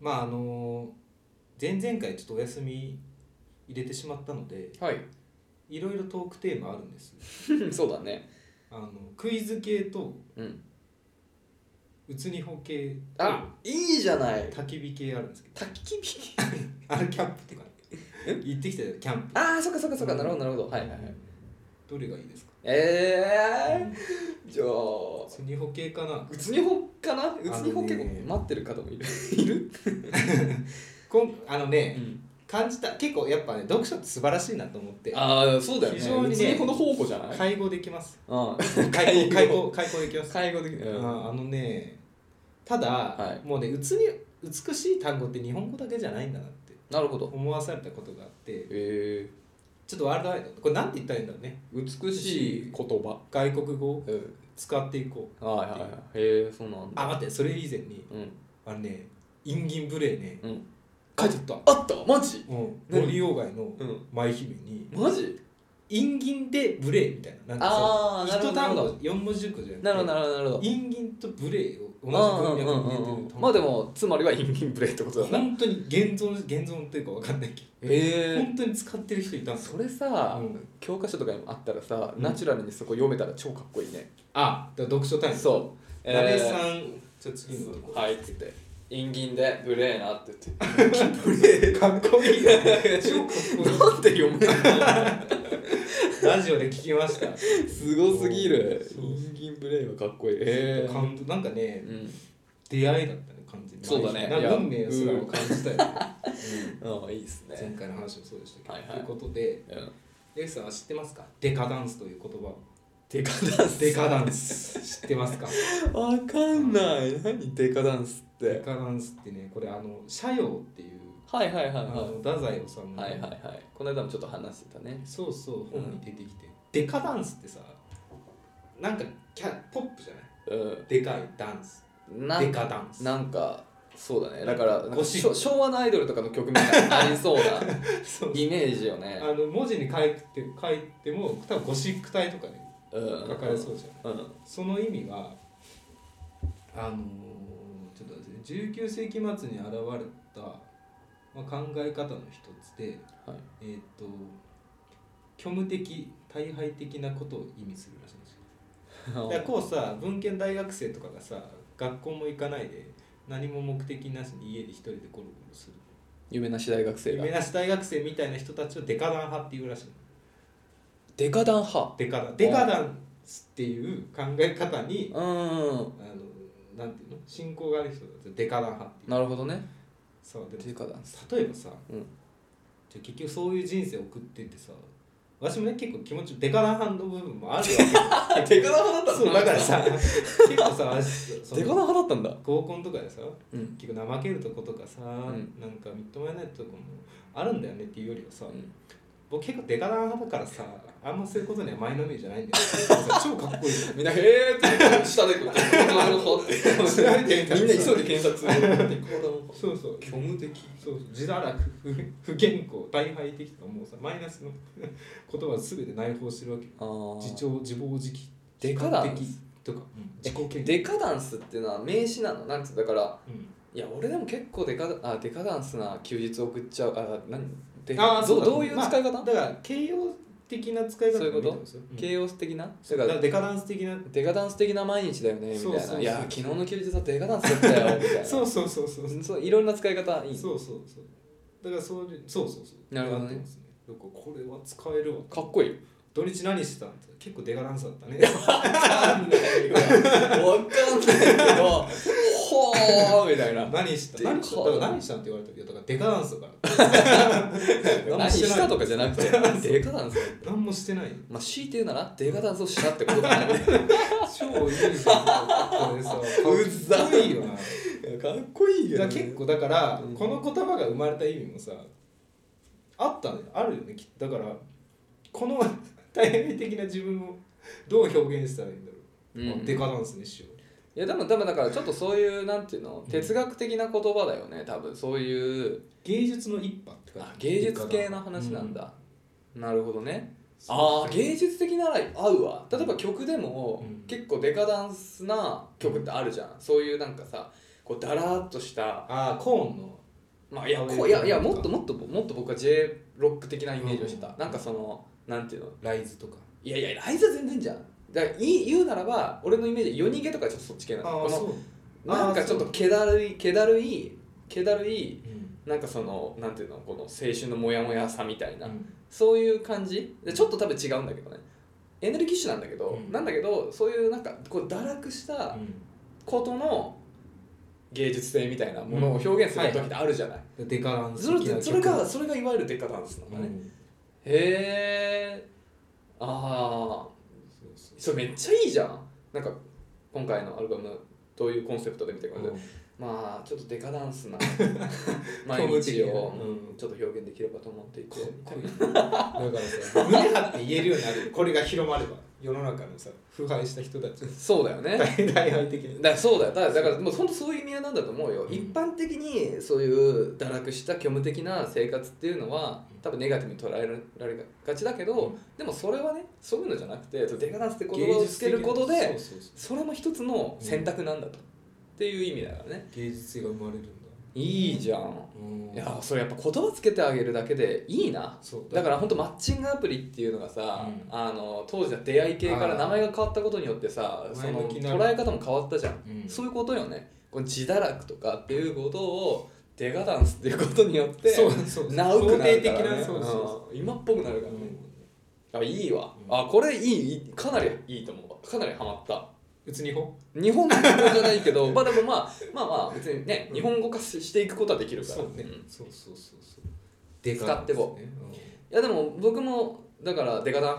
まああの前々回ちょっとお休み入れてしまったので はいいろいろトークテーマあるんですそうだねあのクイズ系とうんうつにほ系とあいいじゃない焚き火系あるんですけど焚き火あれキャンプとか行ってきたよキャンプああそっかそっかそっかなるほどなるほどはいはいはいどれがいいですかえうー、じゃあつにほ系かなうつにほかなうつにほあのね結構待ってる方もいるいる、こんあのね、ん、感じた結構やっぱね読書って素晴らしいなと思ってああそうだよね非常にねうつにほの宝庫じゃない、解放でき ますうん解放解放解放できます介護的あな、うん、ーあのねただ、はいもうねうつに美しい単語って日本語だけじゃないんだなってなるほど思わされたことがあってえちょっとワールドワイドこれなんて言ったらいいんだろうねー、美しい言葉外国語をうん使っていこうはいはいはいへえー、そうなんだあ待ってそれ以前にうんあのねインギンブレーねうん書いてあったあったマジうん何森鴎外のうん舞姫にマジ「インギンでブレー」みたいななんかあーなそるうほ一どなる単ほど語4文字熟語じゃなるほどななるほどなるくほどてインギンとブレーを同じうん文うん脈うんに入れうんてうるんまあでもつまりはインギンブレイってことだな本当に現存現存というかわかんないけどへえ本当に使ってる人いたんですよそれさ、うん教科書とかにもあったらさ、うんナチュラルにそこ読めたら超かっこいいね、あだから読書タイムうそうえ鍋さんー、じゃあ次のとこはいっつってインギンでブレーなって 言っかっこいいよねて超かっこいいなんで読めない ラジオで聞きましたのすごすぎるそうインギンブレーはかっこいい へえ感動なんかねうん出会いだったね完全にそうだねなんいかや運命すらを感じた よね、ああいいっすうん前ね回の話もそうでしたけど、はいはいということでうんエフさんは知ってますかデカダンスという言葉デカダンスデカダンス知ってますかわかんない何デカダンスっデてカダンスってねこれあの斜陽っていうはいはいはいあはいの太宰治の、はいはいはいこの間もちょっと話してたねそうそう本に出てきて、デカダンスってさなんかキャポップじゃないうんでかいダンスなんデかカダンスなんかそうだねだからなんゴかシッしクょ昭和のアイドルとかの曲みたいにあり そうなそうイメージよねあの文字に書いて書いても多分ゴシック体とかねうん書かれそうじゃないうんその意味があのーちょっと待ってね19世紀末に現れた、まあ、考え方の一つで、はいえーっと虚無的大敗的なことを意味するらしいんですよだからこうさ文献大学生とかがさ学校も行かないで何も目的なしに家で一人でゴロゴロする有名な私大学生が夢なし大学生みたいな人たちをデカダン派っていうらしいのデカダン派デカダンデカダンスっていう考え方にうんあのなんていうの信仰がある人だとデカダン派っていうなるほどねそうでデカダンスも例えばさうんじゃあ結局そういう人生送っててさ私もね結構気持ちデカダン派の部分もあるわあ デカダンけ派そうだからさ結構さ私そのデカダン派だったんだ合コンとかでさうん結構怠けるとことかさ、んなんかみっともやないとこもあるんだよねっていうよりはさ、僕結構デカダン派だからさあんまそういうことには前のめりじゃないんだよ 超かっこいいじゃんみんな「へーって下でこう「デカダン派」って調べてみたらみんな急いで検索するデカダン派そうそう虚無的そうそう自堕落不不健康大敗的とかもうさマイナスの 言葉を全て内包してるわけよあー自重自暴自棄デカダン悲観的とか、うん自己嫌悪デカダンスっていうのは名詞なのなんつうだからうんいや俺でも結構デカあデカダンスな休日送っちゃうあ何であーどそうだどういう使い方、まあだから形容的な使い方そういうことみたですようん形容詞的なだかだかららデカダンス 的なデカダンス的な毎日だよねみたいなそうそうそういや昨日の休日はデカダンスだったよみたいなそうそうそうそうそういろんな使い方いいそうそうそうだからそういうそうそうそうなるほどねやってますねだからこれは使えるわかっこいい土日何してたんって結構デカダンスだ ったねわかんないけどわかんないけどほーみたいな何したデカ何しただから何したんって言われたけどだからデカダンスだから 何てないしたとかじゃなくてデカダンス何もしてないよまあ強いて言うならデカダンスをしたってことだね超いいじゃんこれさうざかっこいいよ ないやかっこいいだから結構だから、うんこの言葉が生まれた意味もさあったねあるよねきっとだからこの 大変的な自分をどう表現したらいいんだろう、うんデカダンスにしよいやでも多分だからちょっとそういうなんていうの哲学的な言葉だよね多分そういうう芸術の一派って感あじ芸術系の話なんだ、なるほどねああ芸術的なら合うわ例えば曲でもうん結構デカダンスな曲ってあるじゃん、そういうなんかさこうだらーっとした、ああコーンのまあ、いやアウェイこういやいやとかもっともっともっと僕は J ロック的なイメージをしてた、うんなんかそのなんていうのライズとかいやいやライズは全然じゃんだからい言うならば俺のイメージ夜逃げとかちょっとそっち系なのこのう、あーなんかちょっと気だるい気だるい気だるいうんなんかそのなんていうのこの青春のモヤモヤさみたいな、うんそういう感じでちょっと多分違うんだけどねエネルギッシュなんだけど、うんなんだけどそういうなんかこう堕落したことの芸術性みたいなものを表現する時ってあるじゃない、うん、デカランスそれ的な曲それがそれがいわゆるデカダンスなうんだね、へん、えああそうそうそれめっちゃいいじゃんなんか今回のアルバムどういうコンセプトで見てくれて、うんまあちょっとデカダ ンスな虚毎無日的なをうんちょっと表現できればと思っていかてっこいいだからさ胸張って言えるようになるこれが広まれば世の中のさ腐敗した人たちそうだよね大大敗的にだからそうだよだからだからもう本当そういう意味合いなんだと思うよ、うん一般的にそういう堕落した虚無的な生活っていうのは多分ネガティブに捉えられがちだけど、うんでもそれはねそういうのじゃなくてデカダンスって言芸葉を術つけることそでうそうそうそれも一つの選択なんだと、っていう意味だからね芸術性が生まれるんだいいじゃんうんいやそれやっぱ言葉つけてあげるだけでいいなそうだから本当マッチングアプリっていうのがさ、うんあの当時は出会い系から名前が変わったことによってさあーその前向きな捉え方も変わったじゃん、うんそういうことよねこの自堕落とかっていうことをデガダンスっていうことによってそうそうそうなうくなる肯定か的ら、なね、そうそうそうん今っぽくなるうからね、うんあいいわ、うんあこれいいいいかなりいいと思うわかなりハマったうつにほ日本語じゃない けどまあでもまあまあまあ別にね日本語化ししていくことはできるからそうねんそうそうそうそうでかいですねいやでも僕もだからデカダン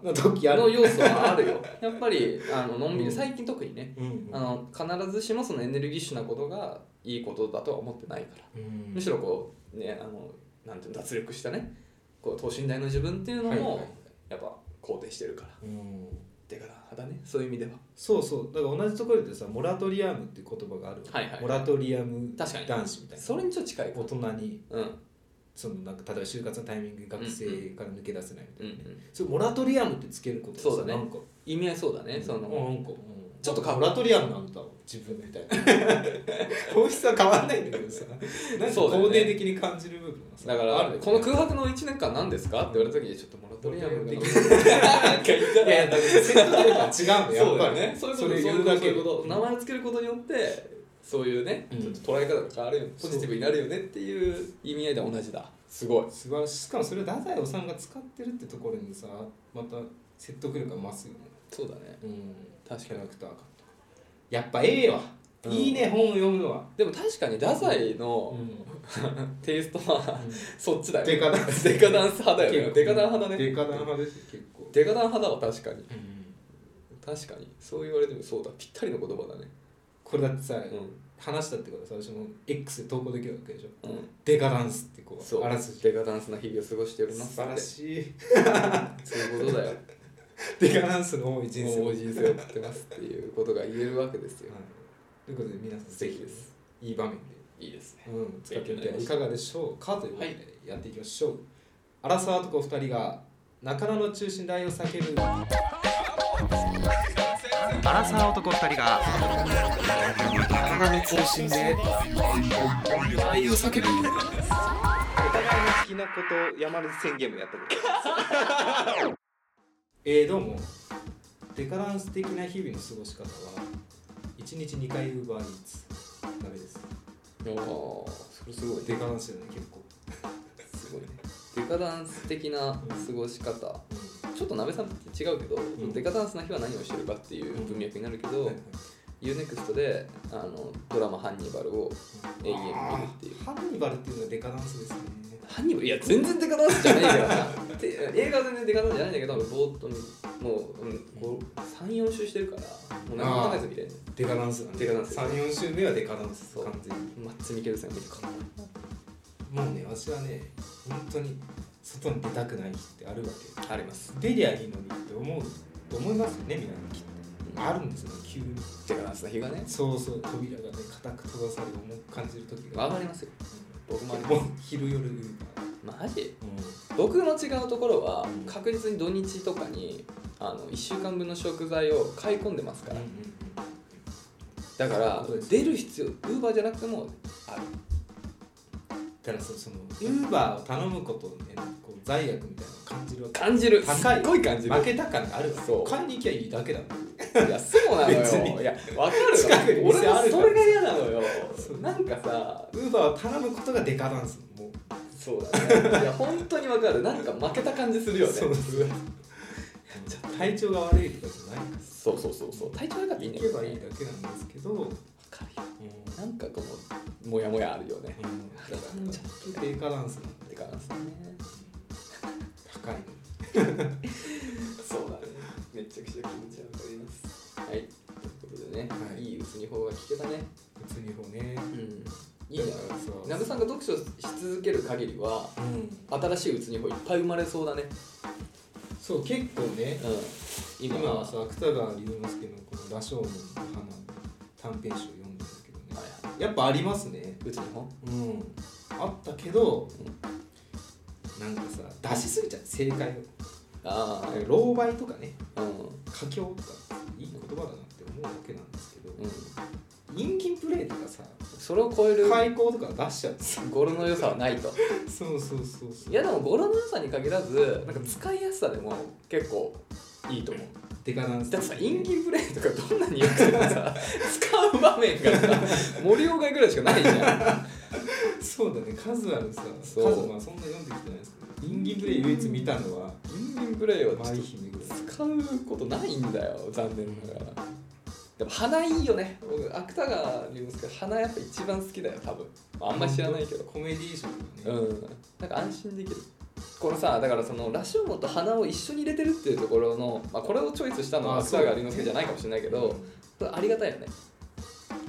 派の時あのる要素はあるよ やっぱりあののんびり、うん最近特にねうんあの必ずしもそのエネルギッシュなことがいいことだとは思ってないから、うんむしろこうねあのなんていうの脱力したねこう等身大の自分っていうのはいはいもやっぱ肯定してるからうんデカダン派だねそういう意味ではそうそうだから同じところでさモラトリアムっていう言葉があるわけはいはいモラトリアム確かに男子みたいなそれにちょっと近いか大人にうんそのなんか例えば就活のタイミングで学生から抜け出せないみたういんうな、んそれモラトリアムってつけることそうだねなんか意味合いそうだね、そうんのなんか、ちょっと変わモラトリアムなんだ自分みたいな 本質は変わんないんだけどさなんかそうだよね肯定的に感じる部分はさだから、あるよねこの空白の1年間何ですかって言われた時にちょっとモラトリアム的ななんか言ったいやいやだから説得力は違うんだそようやだっよぱりね。そういうこと、そうれい言ううこだと、そうけいうこと。名前をつけることによって、そういうね、うんちょっと捉え方が変わるよね。そポうジティブになるよねっていう意味合いでは同じだ。すごい。素晴らしいしかもそれを太宰治さんが使ってるってところにさまた説得力が増すよねそうだね。うん確キかャラに。クターがやっぱええわ、うんいいね本を読むのは、でも確かに、太宰うのん、テイストは、 そっちだよね。デカダンスデカダンス派だよね。デカダン派だね。デカダン派ですよ結構、デカダン派だわ、確かに。うん確かに。そう言われてもそうだ。ぴったりの言葉だね。これだってさ、う話したってことは最初の X で投稿できるわけでしょん。うん。デカダンスってこうそうあらす。じデカダンスな日々を過ごしておりま素す。晴らしいい。そういうことだよ。デカダンスの多い人生もう 人生を送ってますっていうことが言えるわけですよは。いということで皆さんぜひです。いい場面で、いいですね。うん、使ってみてはいかがでしょうかということはでやっていきましょう、アラサー男2人が中野の中心で愛を叫ぶアラサー男二人が体の中心で愛を叫ぶお互いの好きなことを山根宣言もやったことえー、どうもデカダンス的な日々の過ごし方は1日2回ウーバーイーツダメですああ、それすごいね。デカダンスだね結構、すごいね。デカダンス的な過ごし方。ちょっと鍋さんと違うけど、んデカダンスの日は何をしてるかっていう文脈になるけうんど、UNEXT であのドラマ「ハンニバル」を永遠見るっていう。ハンニバルっていうのはデカダンスですねハンニバルいや全然デカダンスじゃないか らなて映画は全然デカダンスじゃないんだけどぼーっと見もう、うん、こう34周してるからもう何も考えず見れんねデカダンスだねデカダンス34週目はデカダンスそう完全にマッツ・ミケルセン見るからもうね私はね本当に外に出たくない日ってあるわけあります出りゃいいのにって思うと思いますよね皆さんきっとあるんですよね急にデカダンスの日がねそうそう扉がね固く閉ざされ重く感じる時が上がりますよ僕もありもまう昼夜ウーバーすマジ僕の違うところは確実に土日とかにあの1週間分の食材を買い込んでますから、うんだからそうです出る必要ウーバーじゃなくてもあるだからそそのウーバーを頼むことねこう罪悪みたいなのを感じるわけ感じる高いすっごい感じる負けた感があるわそう買いに行きゃいいだけだもんいやそうなの別によいやわかる近くに俺店あはるからそれが嫌なのよそうなんかさウーバーを頼むことがデカダンスもうそうだねいや本当にわかるなんか負けた感じするよねそうそう体調が悪いとかじゃないかそうそうそうそう体調良からったらいいん行けだけどばねいいだけなんですけど、うん、わかるよなんかこうもやもやあるよねだからちょっとデカダンスなんって感じだね高いのそうだねめちゃくちゃ気持ちわかりますはいということでね、、はいいい鬱に法が聞けたね普通にこうねうんいいねそうなべさんが読書し続ける限りはうん新しい鬱に法いっぱい生まれそうだねそう結構ねうん今今ははさ芥川龍之介のこの「羅生門の花」の短編集を読んでたけどねはいはやっぱありますねい鬱に法うんあったけど、なんかさ出しすぎちゃう正解をああ狼狽とかねうん佳境とかいい言葉だなって思うわけなんですけどうん人気プレイとかさそれを超える開口とか出しちゃうんですよ語呂の良さはないとそうそうそうそういやでも語呂の良さに限らずなんか使いやすさでも結構いいと思うデカダンスだってさ、インギンプレイとかどんなによくてもさ、使う場面がさ、森岡ぐらいしかないじゃん。そうだね数あるさ数そうまあそんな読んできてないですけどインギプレイ唯一見たのはインギンプレイはちょっ舞姫ぐらいと使うことないんだよ、残念ながら。でも花いいよね。僕、芥川龍之介、花やっぱ一番好きだよ、多分。あんま知らないけど。コメディー賞とうかね、ん。なんか安心できる。このさ、だからその、羅生門と花を一緒に入れてるっていうところの、まあ、これをチョイスしたのはあそう芥川龍之介じゃないかもしれないけど、ありがたいよね。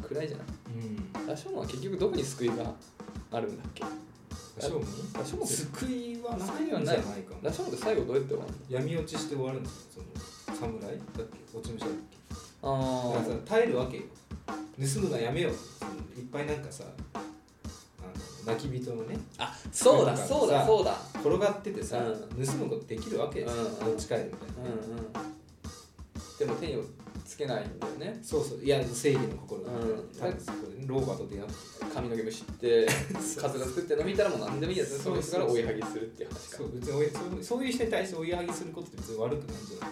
暗いじゃないうん羅生門は結局どこに救いがあるんだっけ羅生門羅生門って救いはな救いいはんじなゃいないかな羅生門って最後どうやって終わる闇落ちして終わるんですよその侍だっけ落ち武者だっけのだからさ耐えるわけよ盗むのはやめようそのいっぱいなんかさあの泣き人のねああそうだなんかそうださそうだ転がっててさ、うん盗むことできるわけですよ、うん持ち帰るみたいな、うんうんでも手をつけないんだよねそうそういや正義の心だ、ねうん多分そこで老婆と出会って髪の毛も知ってカツラ作って飲みたらもう何でもいいやつねそそうそのう人から追いはぎするっていう話かそう別においそうそういう人に対して追い上げすることって別に悪くないんじゃない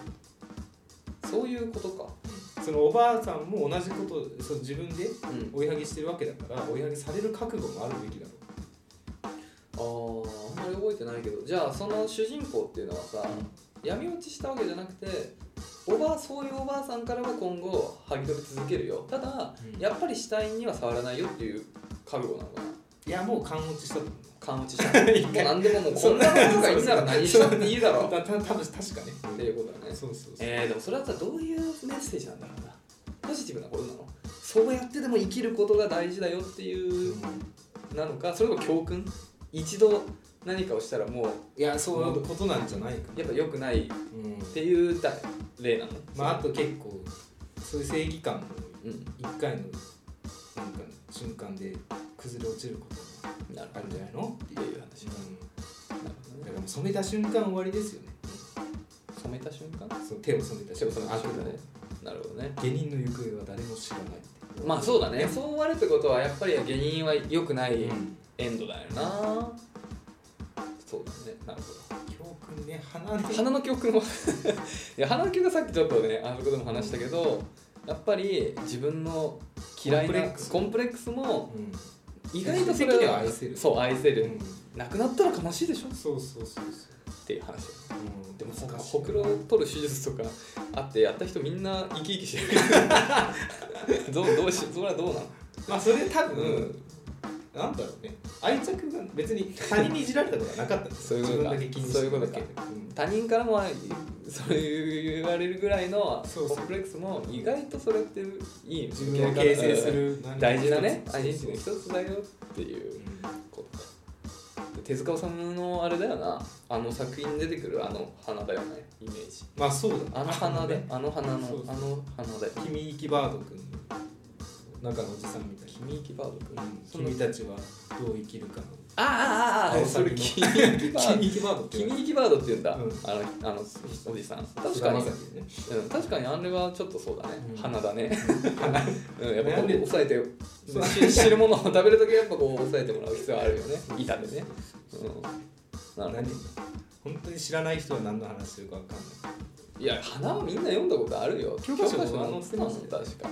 そういうことかそのおばあさんも同じことそう自分でうん追い上げしてるわけだから追い上げされる覚悟もあるべきだろうあーあんまり覚えてないけどじゃあその主人公っていうのはさ闇落ちしたわけじゃなくておばあそういうおばあさんからは今後剥ぎ取り続けるよただ、うんやっぱり死体には触らないよっていう覚悟なのかないやもう勘落ちしたと思う 勘打ちしたもう何でももうこんなことがいいなら何したっていいだろうたた多分確かね、っていうことだねそうそうそう、えー、でもそれはさどういうメッセージなんだろうなポジティブなことなのそうやってでも生きることが大事だよっていうなのかそれとも教訓一度何かをしたらもういやそういうことなんじゃないかな、やっぱ良くないっうんていうだ例なのまああと結構そういう正義感もうん一回のなんか瞬間で崩れ落ちることもなるほあるどんじゃないのってっていう、いう話なるほどだねからもう染めた瞬間終わりですよね染めた瞬間そう手を染めた手瞬間を染めた瞬間悪ねのなるほどね下人の行方は誰も知らないってまあそうだねそうあるってことはやっぱり原因は良くなういんエンドだよな、そうだねなるほ教訓ね鼻でど花の記憶も いや花の記憶はさっきちょっとねあそこでも話したけどやっぱり自分の嫌いなコンプレックスコンプレックスもうん意外とそ最終的れには愛せるそう愛せる、うんなくなったら悲しいでしょそうそうそうそう、っていう話うん、でもほ難しいほくろを取る手術とかあってやった人みんな生き生きしてる どうどうしそれはどうなのまあそれ多分、うんなんだろうね愛着が別に他人にいじられたことがなかったんですよそういうことか自分だけ気にしてるだけそういう他人からもあそういう言われるぐらいのそうそうコンプレックスも意外とそれっていい自分を形成するうん何か大事なねそうそアうイデンティティの一つだよっていうことかで手塚治虫のあれだよなあの作品に出てくるあの花だよねイメージまあそうだあの花でねあの花のそうそうあの花だよ君行きバード君の中のおじさんみたいな君行きバード君、うんそんな君たちはどう生きるかのああああああ青そ崎れの君行きバー 君行きバードドって君行きバードって言うんだ、うんあのあのおじさん確菅か田に将暉ねうん、確かにあれはちょっとそうだね、うん鼻だね うんやっぱなんこうで抑えてそうし汁物を食べるときやっぱこう抑えてもらう必要あるよね板でね、うん、なるほ何本当に知らない人は何の話してるか分かんないどいや花はみんな読んだことあるよ教科書も載ってます載って確か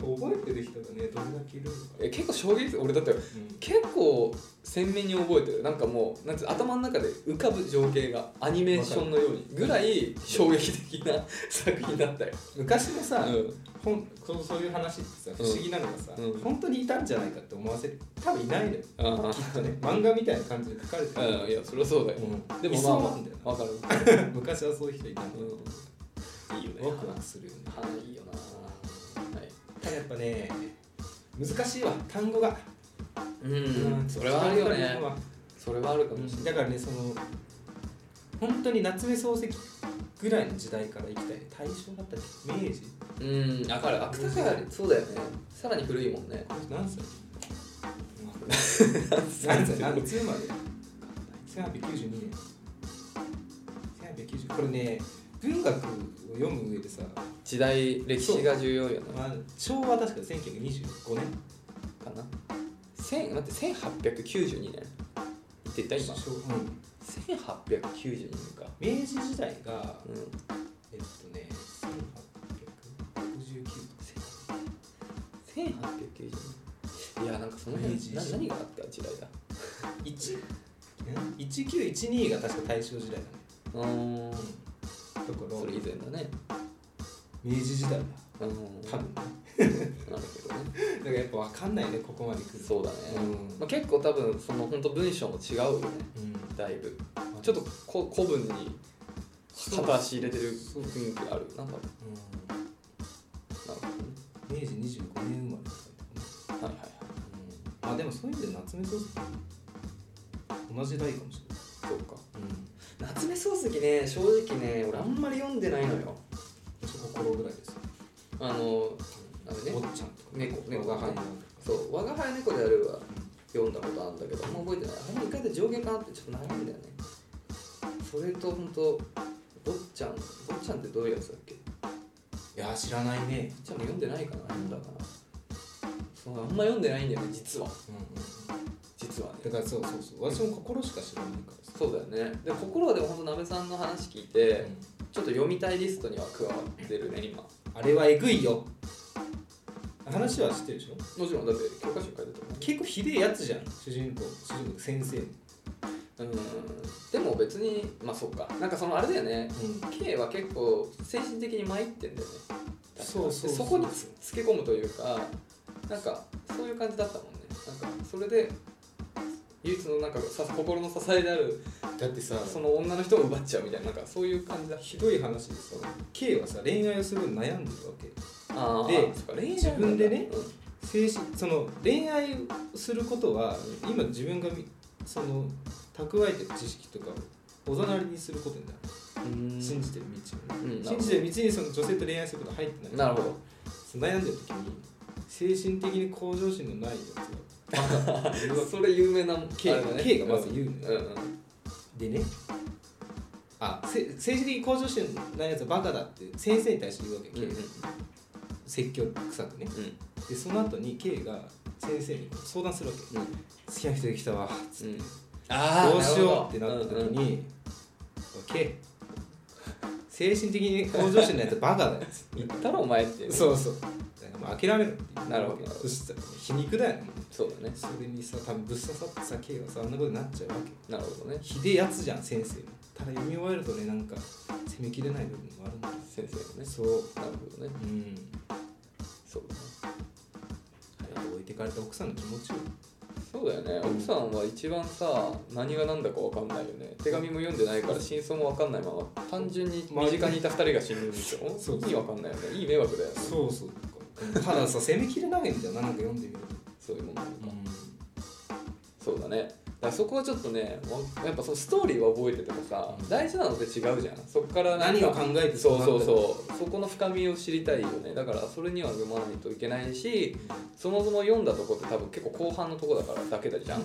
覚えてる人がねどれだけいるのか、え結構衝撃俺だってうん結構鮮明に覚えてるなんかもうなんつう頭の中で浮かぶ情景がアニメーションのようにぐらい衝撃的な 作品だったよ、昔のさ、う本そうそういう話ってさ不思議なのがさ、うん本当にいたんじゃないかって思わせる多分いないのよん、あきっとね漫画みたいな感じで書かれてあうんいやそりゃそうだよ、うんでいもそうまなんだよ あわかるな昔はそういう人いたの、いいよワクワクするよね花いいよな。はい。ただやっぱね難しいわ単語が、うそれはあるよね。それはあるかもしれない。だからねその本当に夏目漱石ぐらいの時代から生きたい大正だったっけ明治うん、だから、芥川よりそうだよね。さらに古いもんね。何歳何歳何歳まで1892年1890これね文学を読む上でさ、時代、歴史が重要よな。まあ、昭和確か1925年かな。千、待って、千八百九十二年。言ってた、今。昭うん千八百九十二年か。明治時代がうん。えっとね1869千八百九十二。いや、なんかその辺明治、な何があった時代だ。 1 1912が確か大正時代だねうーん。だからそれ以前だね。明治時代だうー多ん。分ねなるほどね。だからやっぱ分かんないねここまで来るとそうだね、うんまあ、結構多分その本当文章も違うよねうんだいぶちょっとこ古文にそう片足入れてるそう雰囲気があるなんかなるほうん明治25年生まれって書いてどねはいはいあるはいね、うん、あでもそういう意味で夏目漱石同じ代かもしれそうかない、うん、夏目漱石ね正直ね俺あんまり読んでないのよそこ頃ぐらいですよあのあれ坊ねちゃんとか猫猫が入るそう「我が輩猫である」は読んだことあるんだけどあんま覚えてないあれ意外と上下かなってちょっと悩んだよねそれと本当坊ちゃん坊ちゃんってどういうやつだっけいや知らないねじゃあもう読んでないかな読んだかなそうあんま読んでないんだよね実はうんうん実はだねからそうそうそう私も心しか知らないからさそうだよねで心はでもほんとなべさんの話聞いてうんちょっと読みたいリストには加わってるね今あれはえぐいよ話は知ってるでしょもちろんだって教科書に書いてたもんね結構ひでえやつじゃん主人公主人公先生うんでも別にまあそっかなんかそのあれだよね K は結構精神的に参ってんだよねそうそうそでそうこにつつけ込むというかなんかそういう感じだったもんねなんかそれで唯一のなんかさ心の支えであるだってさその女の人を奪っちゃうみたいななんかそういう感じだひどい話でさ K はさ恋愛をするの悩んでるわけあでそっか恋愛自分でねうん精神その恋愛をすることは今自分がみその蓄えてる知識とかをおざなりにすることになる、信じてる道をね、うん信じてる道にその女性と恋愛すること入ってないなるほどその悩んでる時に精神的に向上心のないやつがバカって言うわけそれ有名な K あれだね K がまず言ううんのうよんでねあせ政治的に向上心のないやつはバカだって先生に対して言うわけ、うんうん説教臭くねでその後に K が先生に相談するわけうん好きな人できたわつってうんあーどうしようってななるっほたど時に「K 精神的に向上心のやつはバカだよ」つっ言ったろお前っててそうそうだからもう諦めろって言うなるほどそしたら皮肉だよねそうだねそれにさ多分ぶっ刺さってさ K はさあんなことになっちゃうわけなるほどねひでえやつじゃん先生もただ読み終えるとねなんか責めきれない部分もあるんだよ先生もねそうなるほどねうんそうだね置いてかれた奥さんの気持ちをそうだよね奥さんは一番さ何が何だか分かんないよね手紙も読んでないから真相も分かんないまま単純に身近にいた2人が死ぬんでしょそう意味分かんないよねいい迷惑だよねそうそうたださ攻めきれないんだよななんか読んでみると、そういうものとかそうだねからそこはちょっとねわやっぱそのストーリーは覚えててもさ大事なのって違うじゃんそこからなんか何を考えてそうそううそうそこの深みを知りたいよねだからそれには読まないといけないしそもそも読んだとこって多分結構後半のとこだからだけだじゃん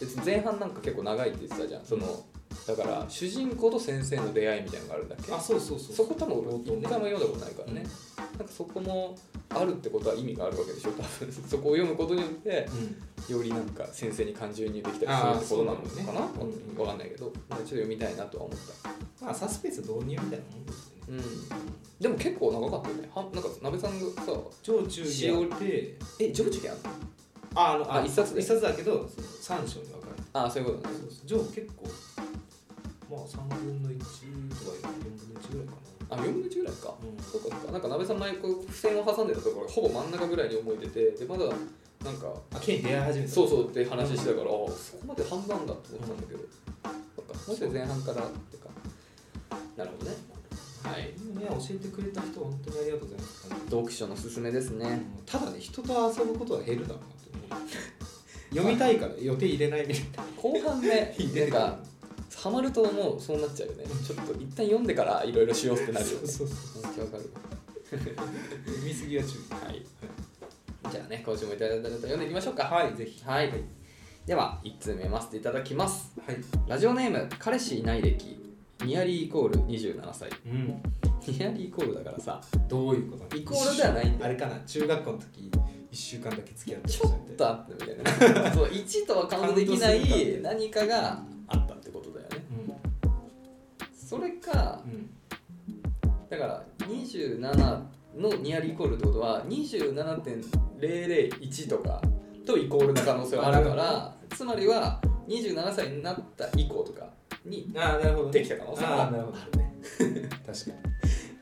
別に前半なんか結構長いって言ってたじゃんそのだから主人公と先生の出会いみたいなのがあるんだっけあそうそうそうそこ多分俺一回も読んだことないからねうん、なんかそこもあるってことは意味があるわけでしょ多分そこを読むことによってうんよりなんか先生に感情移入できたりするってことなのかな、あーそうだねうんわかんないけど、まあちょっと読みたいなとは思った、まあサスペンス導入みたいなもんですよねうん、でも結構長かったよねはなんか鍋さんがさ上中下やってえ上下あんのああのあ一冊で一冊だけどその三章に分かれてあーそういうことねそうそう上結構まあ三分の一とか四分の一ぐらいかあ4分の1ぐらいかな、うんそうかそうかなんか鍋さん前こう付箋を挟んでたところほぼ真ん中ぐらいに思い出てでまだなんかあ、ケに出会い始めた。そうそうって話してたから、ああそこまで半々だと思ってたんだけど、そっかもし前半からってかなるほどねはいね、教えてくれた人、本当にありがとうございます。読書のすすめですねただね、人と遊ぶことは減るだろうなと思う。読みたいから予定入れないみたいな。後半ね なんかハマるともうそうなっちゃうよねちょっと一旦読んでからいろいろしようってなるよねそうそめっちゃわかるう。読みすぎは注はいじゃあね今週もいただいたネタ読んでいきましょうか意。はい、ぜひ。はい、では1通目読ませていただきますはい。ラジオネーム彼氏いない歴ニアリーイコール27歳 うん。ニアリーイコールだからさどういうことイコールではないんだあれかな、中学校の時、一週間だけ付き合ってちょっとあったみたい なそう1とはカウントできなカウントするいん何かがあったってことだよねそれかうん。うん。だから27のニアリーイコールってことは27.001とかとイコールの可能性はあるからつまりは27歳になった以降とかにああ、なるほど、ね。できた可能性あはあ、なるほどね。 確か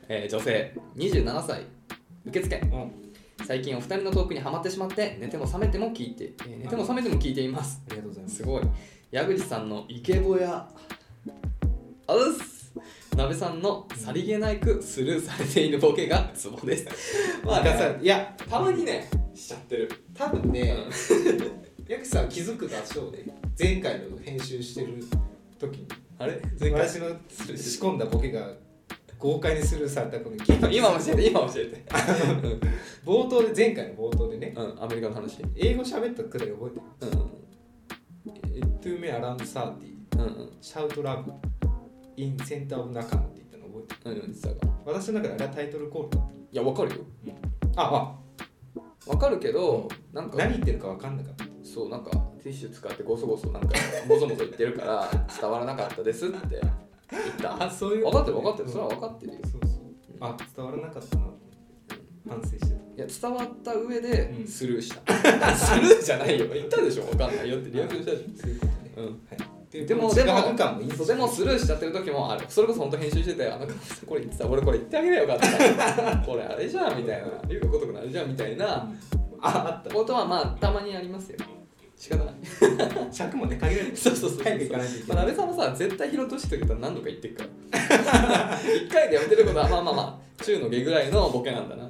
えー女性27歳受付に。うん。最近お二人のトークにはまってしまって寝ても覚めても聞いて、えー寝ても覚めても聞いていますありがとうございますす。ごい矢口さんのイケボやあうっす鍋さんのさりげなくスルーされているボケがツボですまあなんかさ、いや、たまにねしちゃってる多分ね、ヤクさん気づく場所をね前回の編集してる時にあれ前回私の仕込んだボケが豪快にする3択の聞いた今教えて今教えて冒頭で前回の冒頭でねうんアメリカの話うん英語喋ったくらい覚えてうんる「トゥーメアランドサーティうんシャウトラブインセンターオブ仲間」って言ったの覚えてる何言ってたか私の中であれはタイトルコールだっいやわかるよたあわかるけどなんあか何言ってるか分かんなかったそうなんかティッシュ使ってゴソゴソなんかもぞもぞ言ってるから伝わらなかったですって言ったあそういうこ分とかってる分かっうてるんそれは分かってるよそうそうあ伝わらなかったなと思って反省してたいや伝わった上でうんスルーした、 スルーじゃないよ言ったでしょ分かんないよってリアクションしたでしそういうことねょ、うん、ででもででもも感もいいそうでもスルーしちゃってる時もあるそれこそ本当編集しててあのこれ言ってた俺これ言ってあげればよか ったこれあれじゃんみたいな龍が如くのあれじゃんみたいなああっことはまあたまにありますよ仕方ないた尺もね限られてるそうそうそう早く行かないといけまあ、ない、鍋さんもさ絶対拾ってほしいって言ったら何度か言ってるから 一回でやめてることはまあまあまあ中の下ぐらいのボケなんだなうん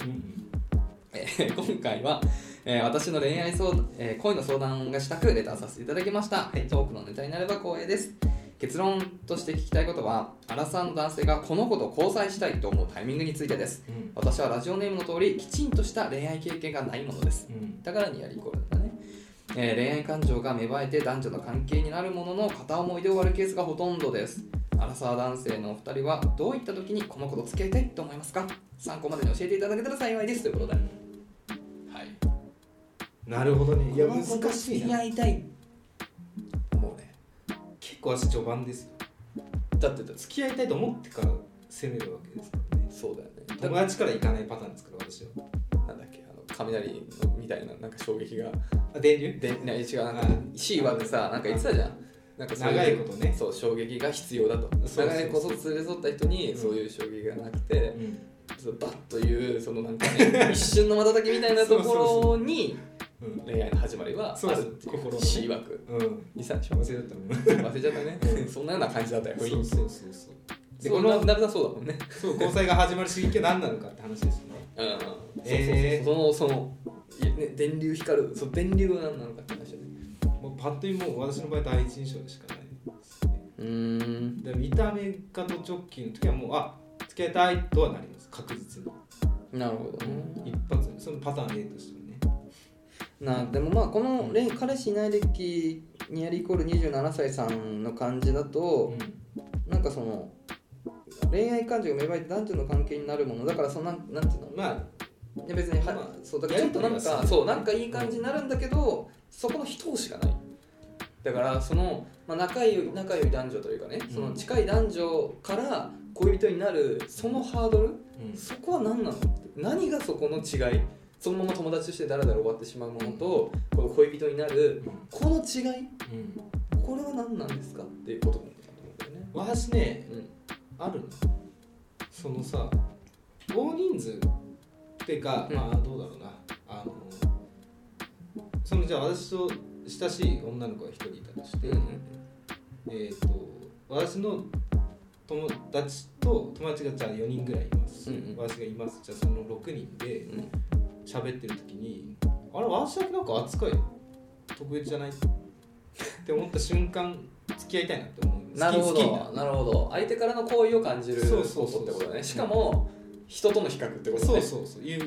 えー今回は、えー私の恋愛相談、えー恋の相談がしたくレターさせていただきました、トークのネタになれば光栄です結論として聞きたいことはアラサーの男性がこの子と交際したいと思うタイミングについてですうん私はラジオネームの通りきちんとした恋愛経験がないものですうんだからニアリコールだね、えー恋愛感情が芽生えて男女の関係になるものの片思いで終わるケースがほとんどですアラサー男性のお二人はどういった時にこの子と付き合いたいと思いますか参考までに教えていただけたら幸いですということではいなるほどねいやこの子と難しい付きな合いたいもうね結構私序盤ですよだってだ付き合いたいと思ってから攻めるわけですからねそうだよねだ友達から行かないパターンですから私はなんだっけあの雷のみたいななんか衝撃があ電流でない違うなんかはい C はさなんか言ってたじゃんなんかそうう長いことねそう衝撃が必要だとそうそう長いこと連れ添った人にうんそういう衝撃がなくてう、んそうバッというそのなんか ね一瞬の瞬きみたいなところにうん恋愛の始まりはそうあでるすっ心ていのうね C 枠うんいいさでしょ忘れだったもん忘れちゃった ねそんなような感じだったよそうそうそうそうででここののなさそうだもんねそう交際が始まる刺激は何なのかって話ですよねうんうんえーそうそうそうそのそのいね電流光るその電流は何なのかって話だねもうパパッと見もう私の場合第一印象でしかないですねうーんで見た目がド直球の時はもうあ付き合いたいとはなります確実になるほどね一発そのパターン A としてもねなあでもまあこの恋彼氏いない歴ニアリーイコール27歳さんの感じだとなんかその恋愛感情が芽生えて男女の関係になるものだからそのなんなんていうのまあいや別には、まあそうだからちょっとなんやりとりはすかるそうなんかいい感じになるんだけどそこの一押しがないだからその、まあ、仲良い仲良い男女というかねうんその近い男女から恋人になるそのハードルうんそこは何なのって何がそこの違いそのまま友達としてだらだら終わってしまうものとこの恋人になるこの違いうんこれは何なんですかっていうことなんだと思うんだよね私ねうんあるのそのさ大人数ってかうんまあどうだろうなあのそのじゃあ私と親しい女の子が一人いたとして、えっ、と私の友達と友達がじゃあ4人ぐらいいます、うんうん私がいますじゃあその6人でうん喋ってる時にあれ私だけなんか扱い特別じゃない って思った瞬間付き合いたいなって思うなるほ好き好きになどなるほど相手からの好意を感じるそうそうそうことってことねしかも人との比較ってことそうねそうそう優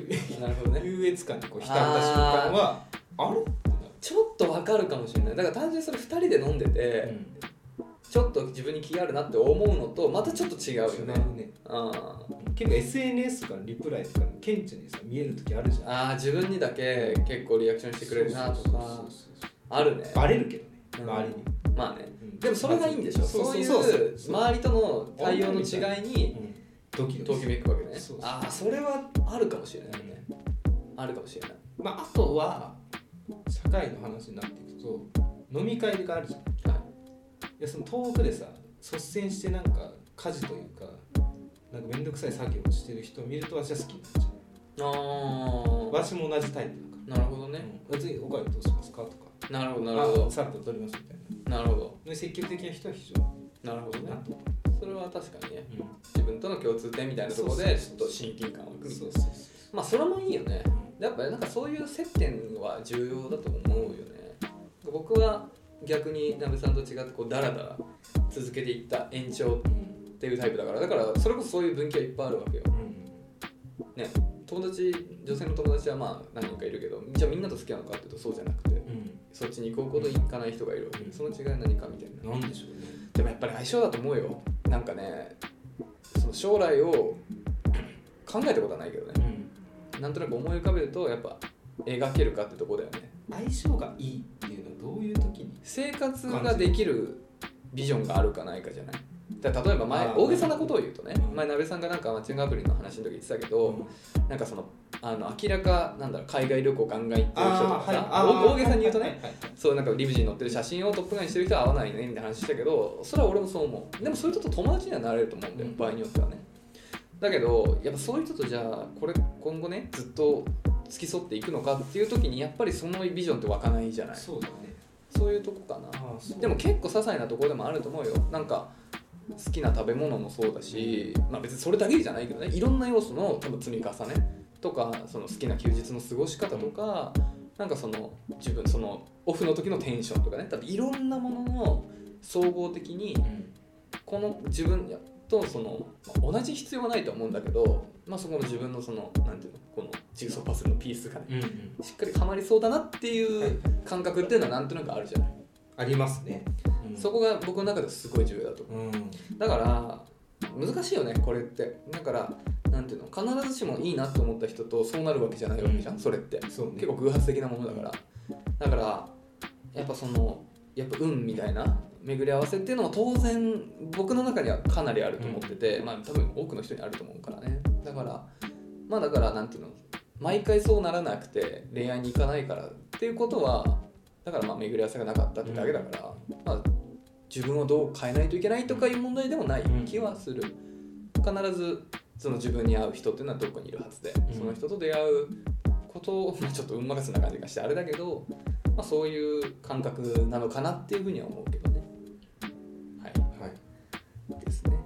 なるほどね優越感にこう浸った瞬間はあれってちょっとわかるかもしれないだから単純にそれ2人で飲んでて、なる、ちょっと自分に気があるなって思うのとまたちょっと違うよね違うねあ結構 SNS とかのリプライとかの顕著にさ見える時あるじゃんあー自分にだけ結構リアクションしてくれるなとそうかそうそうそうあるねバレるけどねうん周りに、まあねうんでもそれがいいんでしょそういうそうそうそう周りとの対応の違いにドキドとキきめくわけねそうそうああそれはあるかもしれないねあるかもしれないまあ、あとは社会の話になっていくと飲み会があるじゃんいはいやその遠くでさ率先してなんか家事というかなんか面倒くさい作業をしてる人を見ると私は好きになっちゃあうー私も同じタイプだかなるほどらね、うん、次おかわりどうしますかとかなるほどなるほどあさっと取りますみたいななるほどで積極的な人は非常なるほどにいいねなと思それは確かにねう、自分との共通点みたいなところでちそょっうそうそうと親近感をうん、くそうそうそうまあそれもいいよねうんやっぱりなんかそういう接点は重要だと思うよね僕は逆になべさんと違ってこうダラダラ続けていった延長っていうタイプだからだからそれこそそういう分岐はいっぱいあるわけよ友達女性の友達はまあ何人かいるけどじゃあみんなと好きなのかっていうとそうじゃなくてうんそっちに行こうこと行かない人がいるわけでその違いは何かみたいなうんなんでしょうねでもやっぱり相性だと思うよなんかねその将来を考えたことはないけどねなんとなく思い浮かべるとやっぱ描けるかってとこだよね相性がいいっていうのはどういう時に生活ができるビジョンがあるかないかじゃないだから例えば前あー大げさなことを言うとねうん前鍋さんがなんかマッチングアプリの話の時言ってたけど、なんかそのあの明らかなんだろう海外旅行ガンガン行ってる人とかさ、あーはいあー大大げさに言うとはね、いはいはいそうなんかリムジンに乗ってる写真をトップガンにしてる人は合わないねみたいな話したけどそれは俺もそう思うでもそういう人と友達にはなれると思うんだよ、うん場合によってはねだけどやっぱそういう人とじゃあこれ今後ねずっと付き添っていくのかっていう時にやっぱりそのビジョンって湧かないじゃないそうだねそういうとこかなああそうでも結構些細なところでもあると思うよなんか好きな食べ物もそうだし、まあ、別にそれだけじゃないけどねいろんな要素の多分積み重ねとかその好きな休日の過ごし方とか、なんかその自分そのオフの時のテンションとかね多分いろんなものの総合的にうんこの自分とその、まあ同じ必要はないと思うんだけど、まあ、そこの自分のそのなんていうのこのジグソーパズルのピースがねうんうんしっかりはまりそうだなっていう感覚っていうのはなんとなくあるじゃない。ありますね、うんそこが僕の中ではすごい重要だと思うんうだから難しいよねこれってだからなんていうの必ずしもいいなと思った人とそうなるわけじゃないわけじゃん、うんそれってそうね結構偶発的なものだからだからやっぱそのやっぱ運みたいな巡り合わせっていうのも当然僕の中にはかなりあると思ってて、まあ多分多くの人にあると思うからねだからまあだからなんていうの毎回そうならなくて恋愛に行かないからっていうことはだからまあ巡り合わせがなかったってだけだから、まあ自分をどう変えないといけないとかいう問題でもない気はする、必ずその自分に合う人っていうのはどこにいるはずで、んその人と出会うことを、 まあ、ちょっと運任せな感じがしてあれだけど、まあ、そういう感覚なのかなっていうふうには思うけどねはいはいですね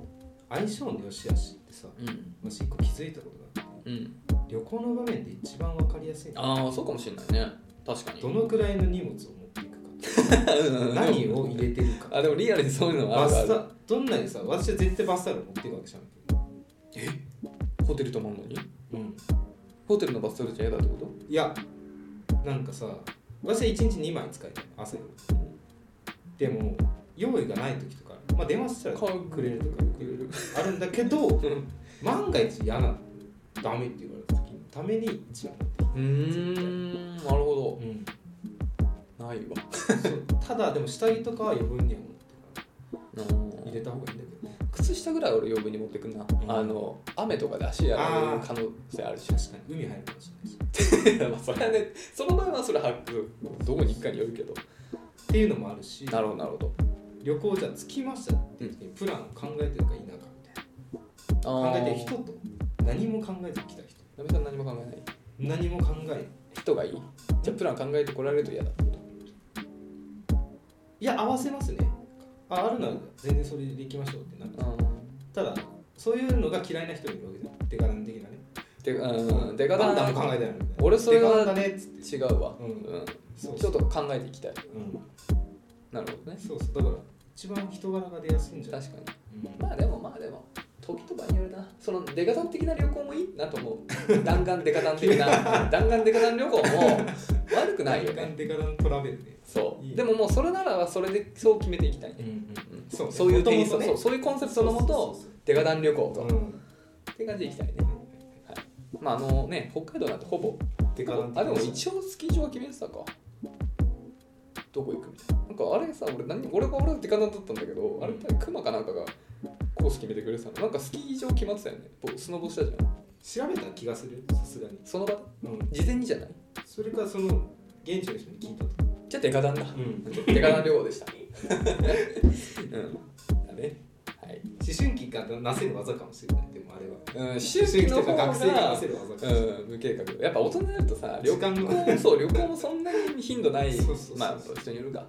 相性の良し悪しってさうん私一個気づいたことがあってうん旅行の場面で一番わかりやすいのはああそうかもしれないね確かにどのくらいの荷物を持っていくか何を入れてるかあでもリアルにそういうのはあバるあスるタどんなにさ私は絶対バスタオル持っていくわけじゃん、ホテル泊まんのにうん、ホテルのバスタオルじゃ嫌だってこいやなんかさ私は1日2枚使いたい朝よでも用意がない時とかあるまあ電話したら買うくれるとかあるんだけどと万が一嫌なダメって言われた時のために一番、うーんなるほうん、どないわそうただでも下着とかは余分には持ってかない入れた方がいいんだけど靴下ぐらい俺余分に持ってくんな、んあの雨とかで足やられる可能性あるし確かに海入るかもしれないしっいや まあそれはねその場合はそれ履くどこに行くかによるけどていうのもあるしなるほどなるほ旅行じゃあ着きましたっていう時にプランを考えてるか否かみたいなど考えてる人と何も考えず来た人ナミさん何も考えない何も考えない人がいいじゃあプラン考えてこられると嫌だいや合わせますねああるなら全然それでいきましょうってなるうただそういうのが嫌いな人もいるわけじゃんデカダン的なねんでうんでかガンダだム考えてない俺それはデカダンだねっつって違うわうんうんそうちそょうっと考えていきたいうんなるほどねそうそうだから一番人柄が出やすいんじゃない確かにまあでもまあでも時と場合によるなその出方的な旅行もいいなと思う弾丸出方的 な弾丸出方旅行も悪くないよガねンデカダントラベルねそういいねでももうそれならばそれでそう決めていきたいねうんうんうんそうねそういうテイス元々ト、ねそうそういうコンセプトのもとそうそうそうデカダン旅行と、そうっうんて感じで行きたいね、まああのね北海道なんてほぼデカダンあでも一応スキー場は決めてたかどこ行くみたいななんかあれさ俺何俺が俺はデカダンだったんだけどあれ多分クマかなんかがコース決めてくれてたのなんかスキー場決まってたよねぼスノボしたじゃん調べた気がするさすがにその場でうん事前にじゃないそれかその現地の人に聞いたとかじゃあデカダンだうんデカダン旅行でした うんだねはい思春期がなせる技かもしれないでもあれはうん、思周春期期のとか方が学生がなせる技かもしれないうん、無計画やっぱ大人になるとさ旅時間行もがそう旅行もそんなに頻度ないそうそうそうそうまあ人によるか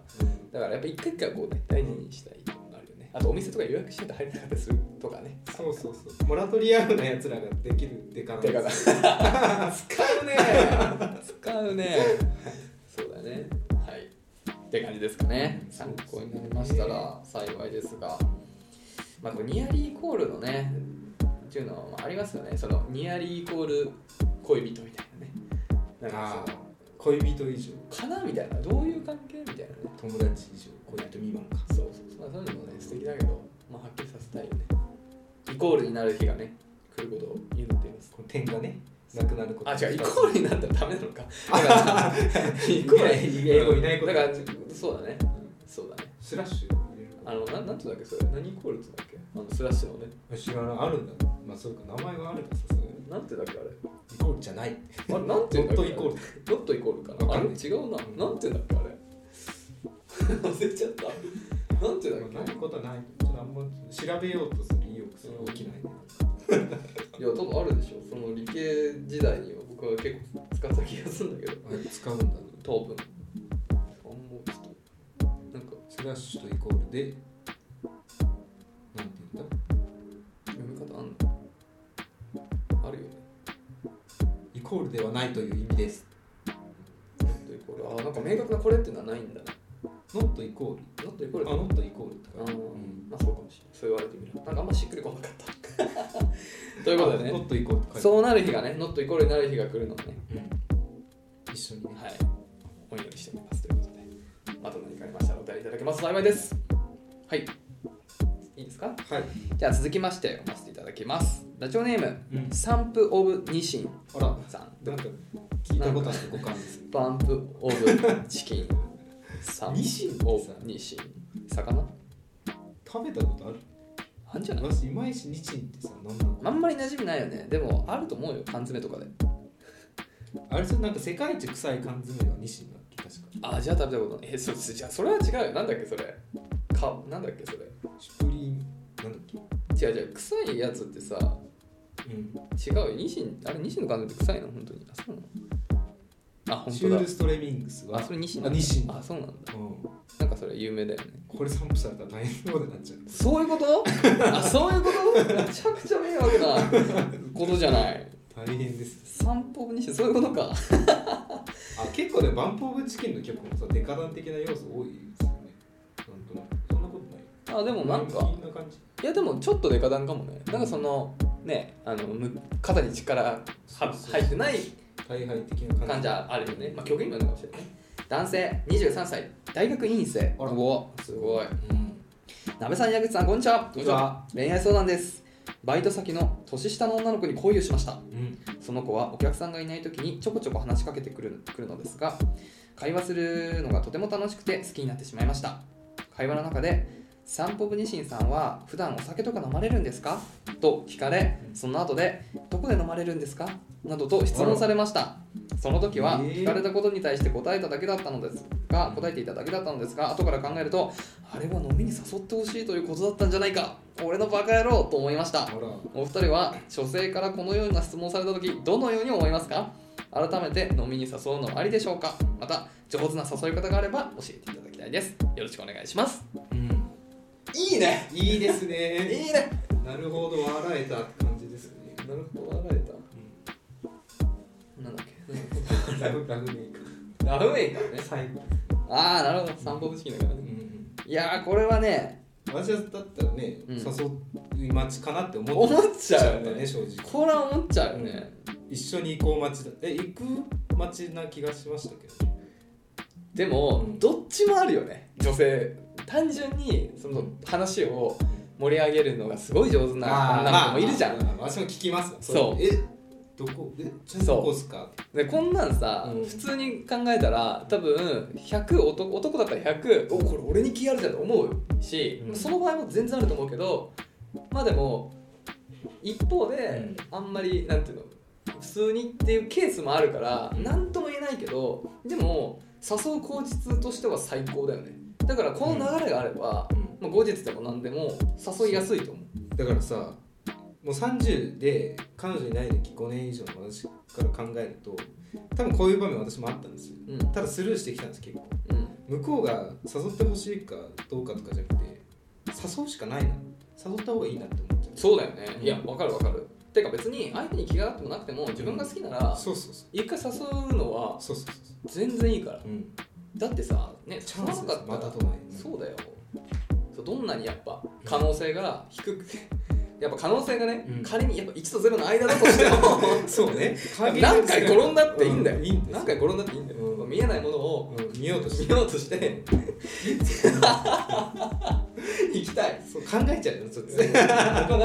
だからやっぱ一回一回こうね大事にしたいっていうのがあるよねあとお店とか予約しないと入れなかったりするとかねそうそうそう。モラトリアムなやつらができるってかな。てか使うね使うねそうだねはいって感じですかね参考になりましたら幸いですがまあこうニアリーイコールのねっていうのはまあありますよねそのニアリーイコール恋人みたいなねなんあかあ、恋人以上、そのかなみたいなどういう関係みたいなね友達以上、恋人未満か。そうそうそうまあそういうのもね素敵だけどまあはっきりさせたいよねイコールになる日がね来ることを言うのって言いますこの点がね、なくなること。あ、違う、イコールになったらダメなのか。イコールに英語いないことだから、そうだね。そうだね。スラッシュ入れるあの、なん、なんていうんだっけ、それ、何イコールって言うんだっけ。あの、スラッシュのね。こと。知らない、あるんだ。まあ、そうか、名前があるからさすがに。なんていうんだっけ、あれ。イコールじゃない。あれ、なんていうんだドッっけ。トイコール。ロットイコールかな。わあかれ、んない違うな。なんていうんだっけ、あれ。忘れちゃった。なんていうんだっないことはない。ちょっとあんま調べようとする意欲すら起きない。け。いや、多分あるでしょその理系時代には、僕は結構使ってた気がするんだけど。あ使うんだ。多分。あんま、ちょっと。なんか。スラッシュとイコールで、なんて言うんだ読み方あんのあるよねイコールではないという意味です。ノットイコールあーなんか明確なこれっていうのはないんだねノットイコール。ノットイこコーれルああノットイコールとか。あうー、んまあそうかもしれないそう言われてみるなんかあんましっくりこなかった ということでノねットイコールって書いてあるそうなる日がねノットイコールになる日が来るのをね一緒にね。はいお祈りしておりますということでまた何かありましたらお便りいただけますと幸いですはいいいですかはい。じゃあ続きまして読ませていただきますラジオネーム、うんサンプ・オブ・ニシンあら、さんなんか聞いたことある五感です。バンプオブチキン。サンニシンってさオブニシン。魚食べたことあるあんじゃない私、いまいちニチンってさ、なんなのあんまり馴染みないよね。でもあると思うよ。缶詰とかで。あれ、それなんか世界一臭い缶詰はニシンだっけ確か。あ、じゃあ食べたことない。え、そうそうじゃあそれは違うよ。なんだっけそれ。か、なんだっけそれ。シュプリーム、なんだっ違う違う。臭いやつってさ、けうん。違うよ。ニシン、あれニシンの缶詰って臭いの本当に。あ、そうなのあ、本シ当ュだール。ストレミングスは。あ、それニシンあ、なんだニシン。あ、そうなんだ。うん。なんかそれ有名だよね。これ散布されたら大変なことになっちゃう。そういうこと あ、そういうことめちゃくちゃ迷惑なことじゃない。大変です。散歩にしてそういうことかあ結構でもバンプ・オブ・チキンの曲もさデカダン的な要素多いですよねなんとなくそんなことないあでもなんか前向きな感じいやでもちょっとデカダンかもねなんかそのねあのむ肩に力は入ってない大敗的な感感じじはあるよね、まあ、曲にもよるかもしれないね男性23歳大学院生あらおすごいうんなべさん矢口さんこんにちはこんにちは恋愛相談ですバイト先の年下の女の子に恋をしましたうんその子はお客さんがいない時にちょこちょこ話しかけてくるくるのですが会話するのがとても楽しくて好きになってしまいました会話の中で「散歩部ニシンさんは普段お酒とか飲まれるんですか?」と聞かれその後で「どこで飲まれるんですか?」などと質問されましたその時はえー聞かれたことに対して答えただけだったのですが答えていただけだったのですが後から考えるとあれは飲みに誘ってほしいということだったんじゃないか俺のバカ野郎と思いましたあらお二人は女性からこのような質問をされた時どのように思いますか改めて飲みに誘うのはありでしょうかまた上手な誘い方があれば教えていただきたいですよろしくお願いしますうんいいねいいですねいいね なるほど笑えたって感じですねなるほど笑えたなんだっうんラブラブメイクけラフウェイからね最後ああなるほど散歩不思議だからうねんいやーこれはね私はだったらねうん誘い待ちかなって思思っっちゃうったよねね正直これは思っちゃうよね、一緒に行こう待ちだえ行く待ちな気がしましたけどねでも、うんどっちもあるよね女性単純にその話を盛り上げるのがすごい上手な女の子もいるじゃん、まあまあ私も聞きますそうれえどこえじゃあそうどこっすかでこんなんさ、うん普通に考えたら多分100男男だったら100おこれ俺に気あるじゃんと思うし、うんその場合も全然あると思うけどまあでも一方であんまりなんていうの普通にっていうケースもあるからうん何とも言えないけどでも誘う口実としては最高だよねだからこの流れがあれば、まあ、後日でも何でも誘いやすいと思うだからさもう30で彼女いない歴5年以上の私から考えると多分こういう場面私もあったんですようんただスルーしてきたんです結構うん向こうが誘ってほしいかどうかとかじゃなくて誘うしかないな誘った方がいいなって思っちゃうそうだよね、うんいやわかるわかるてか別に相手に気があってもなくても自分が好きならそうそうそう一回誘うのはそうそうそう全然いいからそううんだってさねチ誘ャンわなスかでっすたまらたとないそうだよそうどんなにやっぱ可能性が低く てやっぱ可能性がね、うん仮にやっぱ1と0の間だとしても そうね何回転んだっていいんだよ、ういいんです何回転んだっていいんだよ、うん見えないものをうん見ようとし見てようとして 行きたいそう考えちゃうよちょっとこれなんか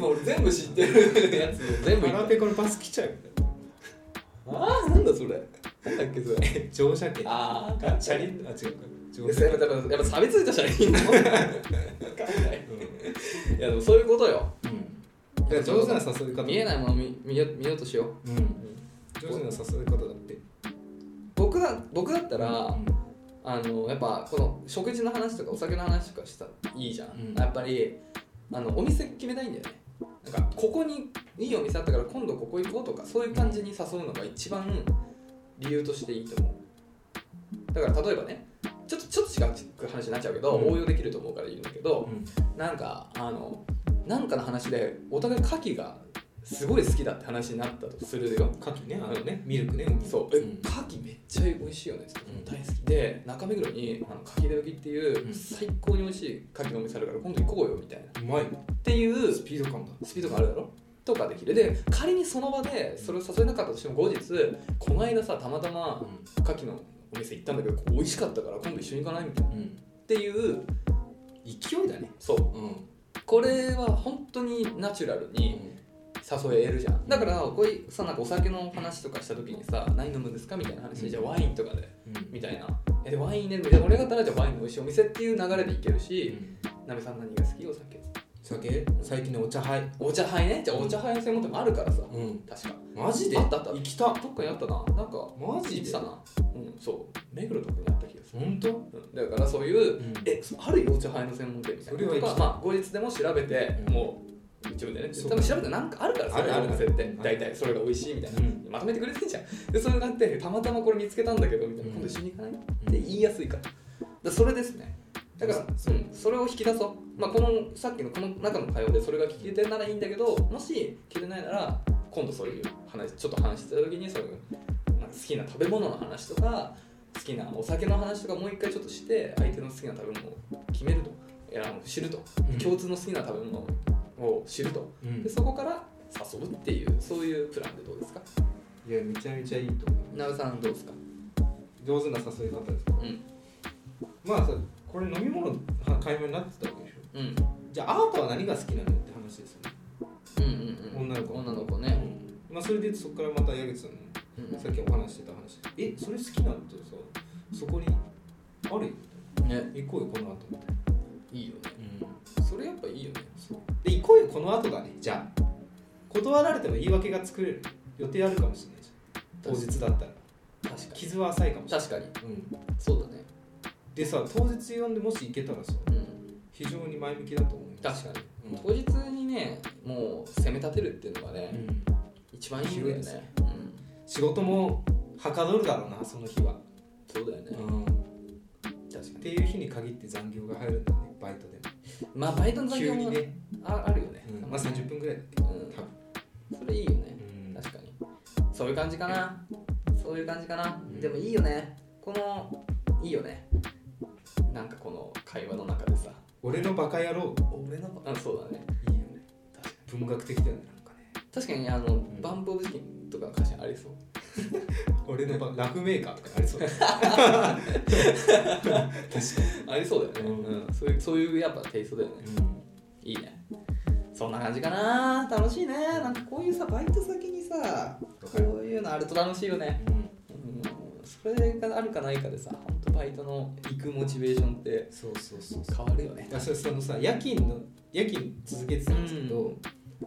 もう俺全部知ってるやつを全部腹行っペコのパス来ちゃうよああなんだそれなんだっけそれ乗車券ああチャリンあ違うか乗やっぱやっぱ差別ついたしたらいいの わかんないいやでもそういうことようんだから上手な誘い方見えないものを見見よ見ようとしよううん上手な誘い方だって僕だ僕だったら、うんあのやっぱこの食事の話とかお酒の話とかしたらいいじゃん、うんやっぱりあのお店決めたいんだよねなんかここにいいお店あったから今度ここ行こうとかそういう感じに誘うのが一番理由としていいと思うだから例えばねちょっとちょっと違う話になっちゃうけど、うん応用できると思うから言うんだけうど、んなんかあのなんかの話でお互い牡蠣がすごい好きだって話になったとするよ牡蠣ねあのねミルクね海のそう「えん牡蠣めっちゃ美味しいよね」ってうん大好きで中目黒にあの牡蠣出時っていううん最高に美味しい牡蠣のお店あるから今度行こうよみたいなっうまいていうスピード感だスピードがあるだろとかできるで仮にその場でそれを誘えなかったとしても後日この間さたまたま牡蠣のお店行ったんだけどここ美味しかったから今度一緒に行かないみたいなっうんていう勢いだねそううんこれは本当にナチュラルに誘えるじゃんだからこういうさなんかお酒の話とかした時にさ何飲むんですかみたいな話で、うんじゃあワインとかでうんみたいなえでワインねじゃあ俺がったらじゃあワインの美味しいお店っていう流れでいけるし、なべさん何が好きお酒酒最近のお茶杯お茶杯ねじゃあお茶杯の専門店もあるからさ、うん確かマジであったあった行きたどっかにあったななんかマ行ジってでたなうんそう目黒とかにあった気がする、本当うんだからそういう、うんえあるよお茶杯の専門店みたいなそれは行きたいとかまあ後日でも調べて、うんもう一応でねそう多分調べてなんかあるからあるあるお店ってうん大体それが美味しいみたいな、うんまとめてくれてんじゃんでそれがあってたまたまこれ見つけたんだけどみたいな、うん今度一緒に行かないって言いやすいからだからそれですねだから、そううんそれを引き出そう、まあ、このさっきのこの中の会話でそれが聞けてならいいんだけどもし聞けてないなら今度そういう話ちょっと話してた時にそれなんかきな食べ物の話とか好きなお酒の話とかもう一回ちょっとして相手の好きな食べ物を決めるといやあの知るとうん共通の好きな食べ物を知るとうんでそこから誘うっていうそういうプランでどうですかいやめちゃめちゃいいと思うなべさんどうですか上手な誘い方ですかうんまあさこれ飲み物の買い物になってたわけでしょうんじゃああなたは何が好きなのって話ですよねうんうんうん女の子女の子ね、うんまあ、それでそこからまた矢口さんのうんさっきお話ししてた話えそれ好きなのってさそこにあるよね行こうよこの後みたいいいよねな、それやっぱいいよねで行こうよこの後だねじゃあ断られても言い訳が作れる予定あるかもしれないじゃん当日だったら確かに傷は浅いかもしれな確かにい、うん、そうだねでさ当日呼んでもし行けたらさうん非常に前向きだと思います確かにうん当日にねもう攻め立てるっていうのがね、うん一番いいんだよすごいね、うん、仕事もはかどるだろうなその日は、そうだよね、ん、っ確かにていう日に限って残業が入るんだねバイトでまあバイトのも残急業にも、ね、ああるよね、うん、まあ30分ぐらいだっけうん多分それいいよねうん確かにそういう感じかなそういう感じかな、んでもいいよねこのいいよねなんかこの会話の中でさ俺のバカ野郎俺のあそうだねいいよね文学的だよねなんかね確かにあの、バンプ・オブ・チキンとかの歌詞ありそう俺のバラフメーカーとかありそうだねありそうだよね、うんうん、そういうそういうやっぱテイストだよねいいねそんな感じかな楽しいねなんかこういうさバイト先にさこういうのあると楽しいよねうん、うんそれがあるかないかでさほんとバイトの行くモチベーションってそうそうそうそう変わるよねだからそれそのさ夜勤の夜勤続けてたんですけど、う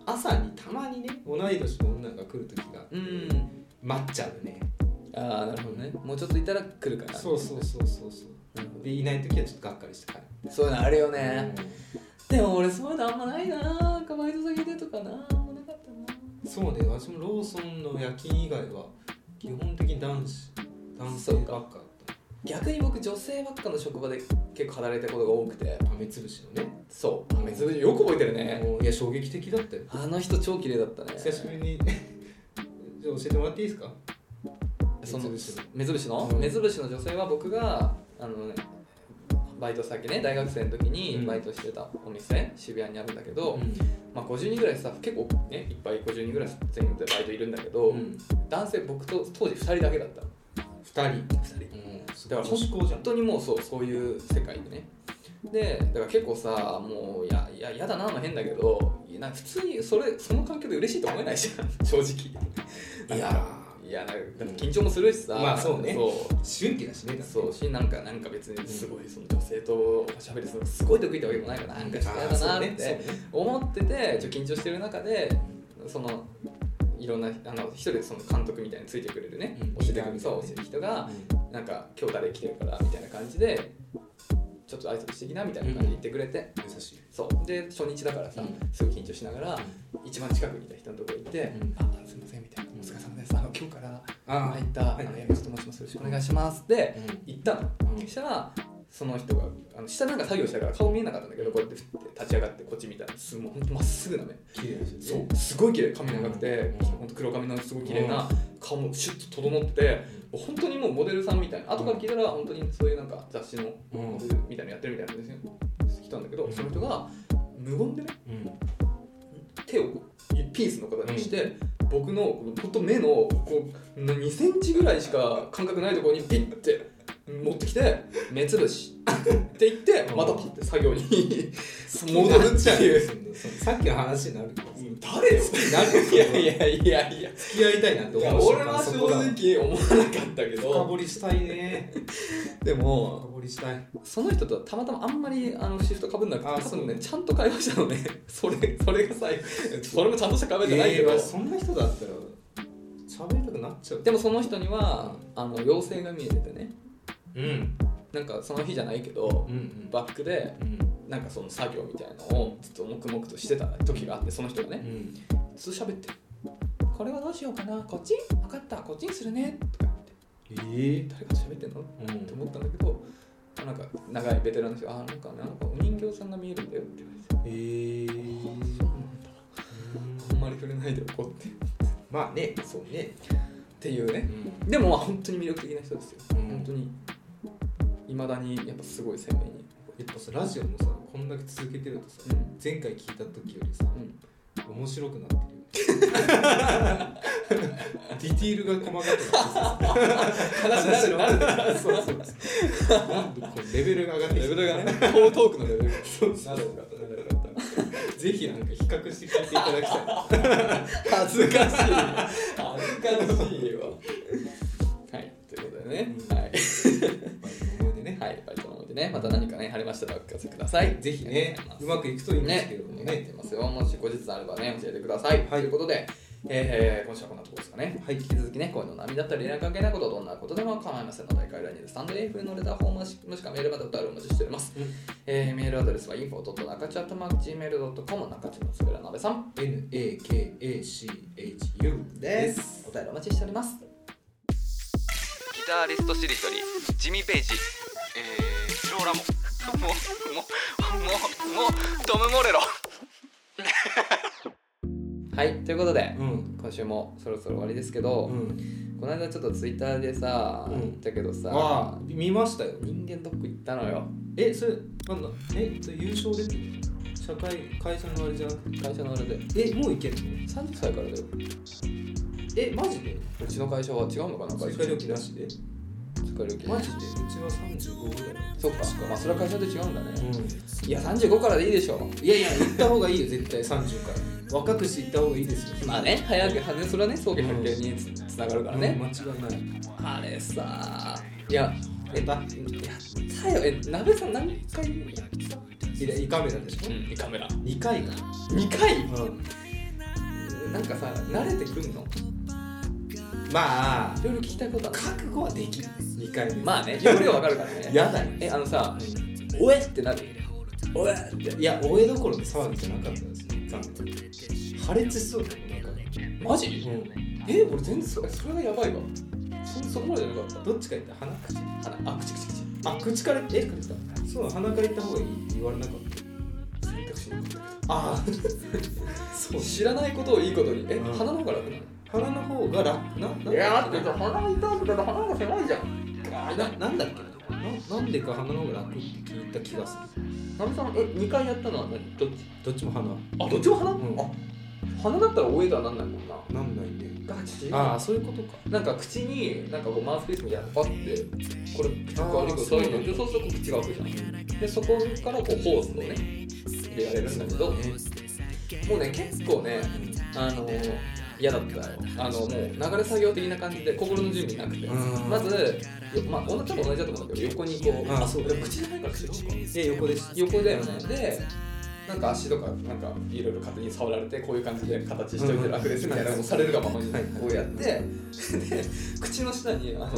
朝にたまにね同い年の女が来る時があって、うん待っちゃうねああなるほどねもうちょっといたら来るかなそうそうそうそうそうなるほでいない時はちょっとがっかりして帰るどそういうのあるよね、でも俺そういうのあんまないななんかバイト先でとかなあんまなかったなそうね私もローソンの夜勤以外は基本的に男子男性ばっかだっ逆に僕女性ばっかの職場で結構働いたことが多くてた豆つぶしのねそうめちゃめちゃよく覚えてるねもういや衝撃的だったよあの人超綺麗だったね久しぶりに じゃあ教えてもらっていいですかその目つぶしの目つぶしのうん目つぶしの女性は僕があのねバイト先ね大学生の時うにんバイトしてたお店渋谷にあるんだけど、うんまあ、50人ぐらいスタッフ結構ねいっぱい50人ぐらい全部でバイトいるんだけど、うん男性僕と当時2人だけだった二人2人うんだから女子校じゃん本当にもうそうそういう世界でねでだから結構さもういやいややだなの変だけどいやなんか普通にそれその環境で嬉しいと思えないじゃん 正直いやいやなんかだって緊張もするしさ、まあそうねそう春季だしねだってそうしなんかなんか別にすごいその女性と喋りするのすごい得意ってわけでもないからなんか嫌あだーそなうーねっそうてね思っててちょっと緊張してる中でそのいろんなあの一人でその監督みたいについてくれるね、うん教えてリーダくーれるみたいそなう教える人がなんか今日誰来てるからみたいな感じでちょっと挨拶してきなみたいな感じで言ってくれて、優しいそうで初日だからさ、うんすごい緊張しながら一番近くにいた人のとこ行って「うんあすいません」みたいな「お疲れ様ですあの今日からああ入ったあはいの矢口と申しますよろしくお願いします」で、うん行ったの、うんそしたらその人があの下なんか作業したから顔見えなかったんだけどこうやって振って立ち上がってこっち見たらすもうほんとまっすぐな目綺麗だしねそうすごい綺麗髪長くてうんほんと黒髪のすごい綺麗な顔もシュッと整っててもう本当にもうモデルさんみたいな後から聞いたら本当にそういうなんか雑誌のうんモデルみたいなのやってるみたいなんですよ来たんだけどその人が無言でねうん手をこうピースの形にして、僕のこのほんと目のこう2センチぐらいしか感覚ないところにピッて持ってきて「目つぶし」って言ってうんまたパッて作業に 戻戻るるっっててい。いううさっきの話になるけどさ誰好きになるいやいやいやいや付き合いたいなって思う瞬俺間はそ正こだわ直思わなかったけ深ど掘りしたいねで深も掘りしたいその人とはたまたまあんまりあのシフトかぶんなくてあ多そう分ねちゃんと会話したのね それそれが最後それもちゃんとした会話じゃないけえど、ーそんな人だったら喋りたくなっちゃうでもその人にはあの妖精が見えててねうんうんなんかその日じゃないけど、うんバックでうんなんかその作業みたいのをずっと黙々としてた時があってその人がうねんずっと喋ってる「これはどうしようかなこっち分かったこっちにするね」とか言ってええ「誰かと喋ってんの?」うんと思ったんだけどあなんか長いベテランの人が「あなんかなんかお人形さんが見えるんだよ」って言われてええ「そうなんだあんまり触れないで怒ってまあねそうね」っていうねでもまあ本当に魅力的な人ですよ、うん本当にいまだにやっぱすごい鮮明に、やっぱさラジオもさこんだけ続けてるとさうん前回聞いた時よりさうん、面白くなってるよねディティールが細かくなってさ話になるなるそうそうなんでこうレベルが上がってきレてベルがね、トークのレベルが。そうなるほどなるほぜひなんか比較して聞いていただきたいど恥ずかしい。恥ずかしいわ。はい、ということでね、うんはい、思い出ね、はい、バイトの思いでね、また何かね、ありましたらお聞かせください。ぜひねあうりがとうございまくいくといいんまですすけねれども、願っねてますよ。もし後日あればね、教えてください。ということで、えー、今週はこんなところですかね。はい引き続きね、恋の波だったり、恋愛関係ないこと、どんなことでも構いませんので、概要欄にスタンド F のレターフォームもしもしくはメールまたお便りお待ちしております。うんえーメールアドレスは info.nakachi.gmail.com 中地のつぶらなべさん。 NAKACHU ですお便りお待ちしております。ギタリストしりとりジミー・ペイジえー、ローラモもうもうもうもうトム・モレロ はい、ということで、うん今週もそろそろ終わりですけど、うんこの間ちょっとツイッターでさ、うん言ったけどさ、ああ見ましたよ人間ドック行ったのよ。えそれなんだえそれ優勝です社会会社のあれじゃなく会社のあれで。てえもういけるの30歳からだよ。えマジでうちの会社は違うのかな追加料金なしで追加料金マジでうちは35ぐらいそっか、まあ、それは会社と違うんだね。うんいや、35からでいいでしょ。いやいや行った方がいいよ絶対30から若くして行った方がいいですよまあね、早く、はね、それはね、早期発見につつながるからうんね。間違いないあれさ、いや、え、ややっったよ。え、なべさん何回やったいや胃カメラでしょん、2カメラ。 2回か2回うんなんかさ、慣れてくんのまあいろいろ聞きたいことある。覚悟はできる2回目まあ ね、容量わかるからね。やだよえ、あのさ、おえってなるおえって。いやおえどころで騒ぎじゃなかったですね残念破裂しそうだよなんかマジ、うんえ、俺全然そ、それがやばいわ。そ、そこまでじゃなかった。どっちか言ったら鼻口あ、口口口。あ口からえそう鼻から言った方がいいって言われなかった選択肢なかった。あ そう知らないことをいいことにえ、うん鼻の方が楽な鼻の方が楽ななの鼻痛くて鼻が狭いじゃんあななんだっけななんでか鼻の方が楽って聞いた気がするナミさんえ2回やったのは何どっちどっちも鼻あどっちも鼻、うんあ鼻だったらおえとはなんないもんななんないねガチああそういうことかなんか口になんかこうマウスピースみたいなのパッてこれ口あがー悪くそういうのでそそうすると口が開くじゃんでそこからこうホースをね入れられるんだけどもうね結構ねあの嫌だったよあのもう流れ作業的な感じで心の準備なくてうんまず、よまあ、同じ多分同じだと思うんだけど横にこうあそうでも口じゃないから口どうかえ横です横だよねでなんか足とかなんかいろいろ勝手に触られてこういう感じで形しといて楽ですみたいなのをされるがままにはこいうやってで口の下にあの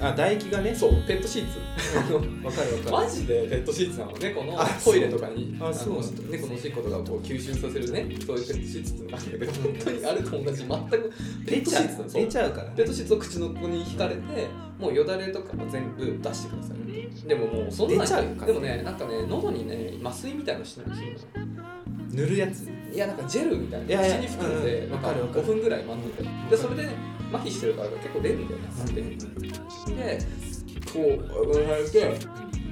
あ唾液がねそうペットシーツあ のわかるわかるマジでペットシーツなの猫のあトイレとかにそうあそうの猫のおしっことかをこう吸収させるねそういうペットシーツっていうのがあるんだけど本当にあれと同じ全くペ出ッちトシゃーツなうのそう出ちゃうからペねットシーツを口のここに引かれてもうよだれとかも全部出してくださいでももうそんな出ちゃうからでもねなんかね喉にね麻酔みたいなのしてるんですよ塗るやついやなんかジェルみたいいなやいや口に含んでうんなんかわかるわかる5分ぐらい待っててうんでそれで麻痺してるから結構出るんだよねでこうお腹入れて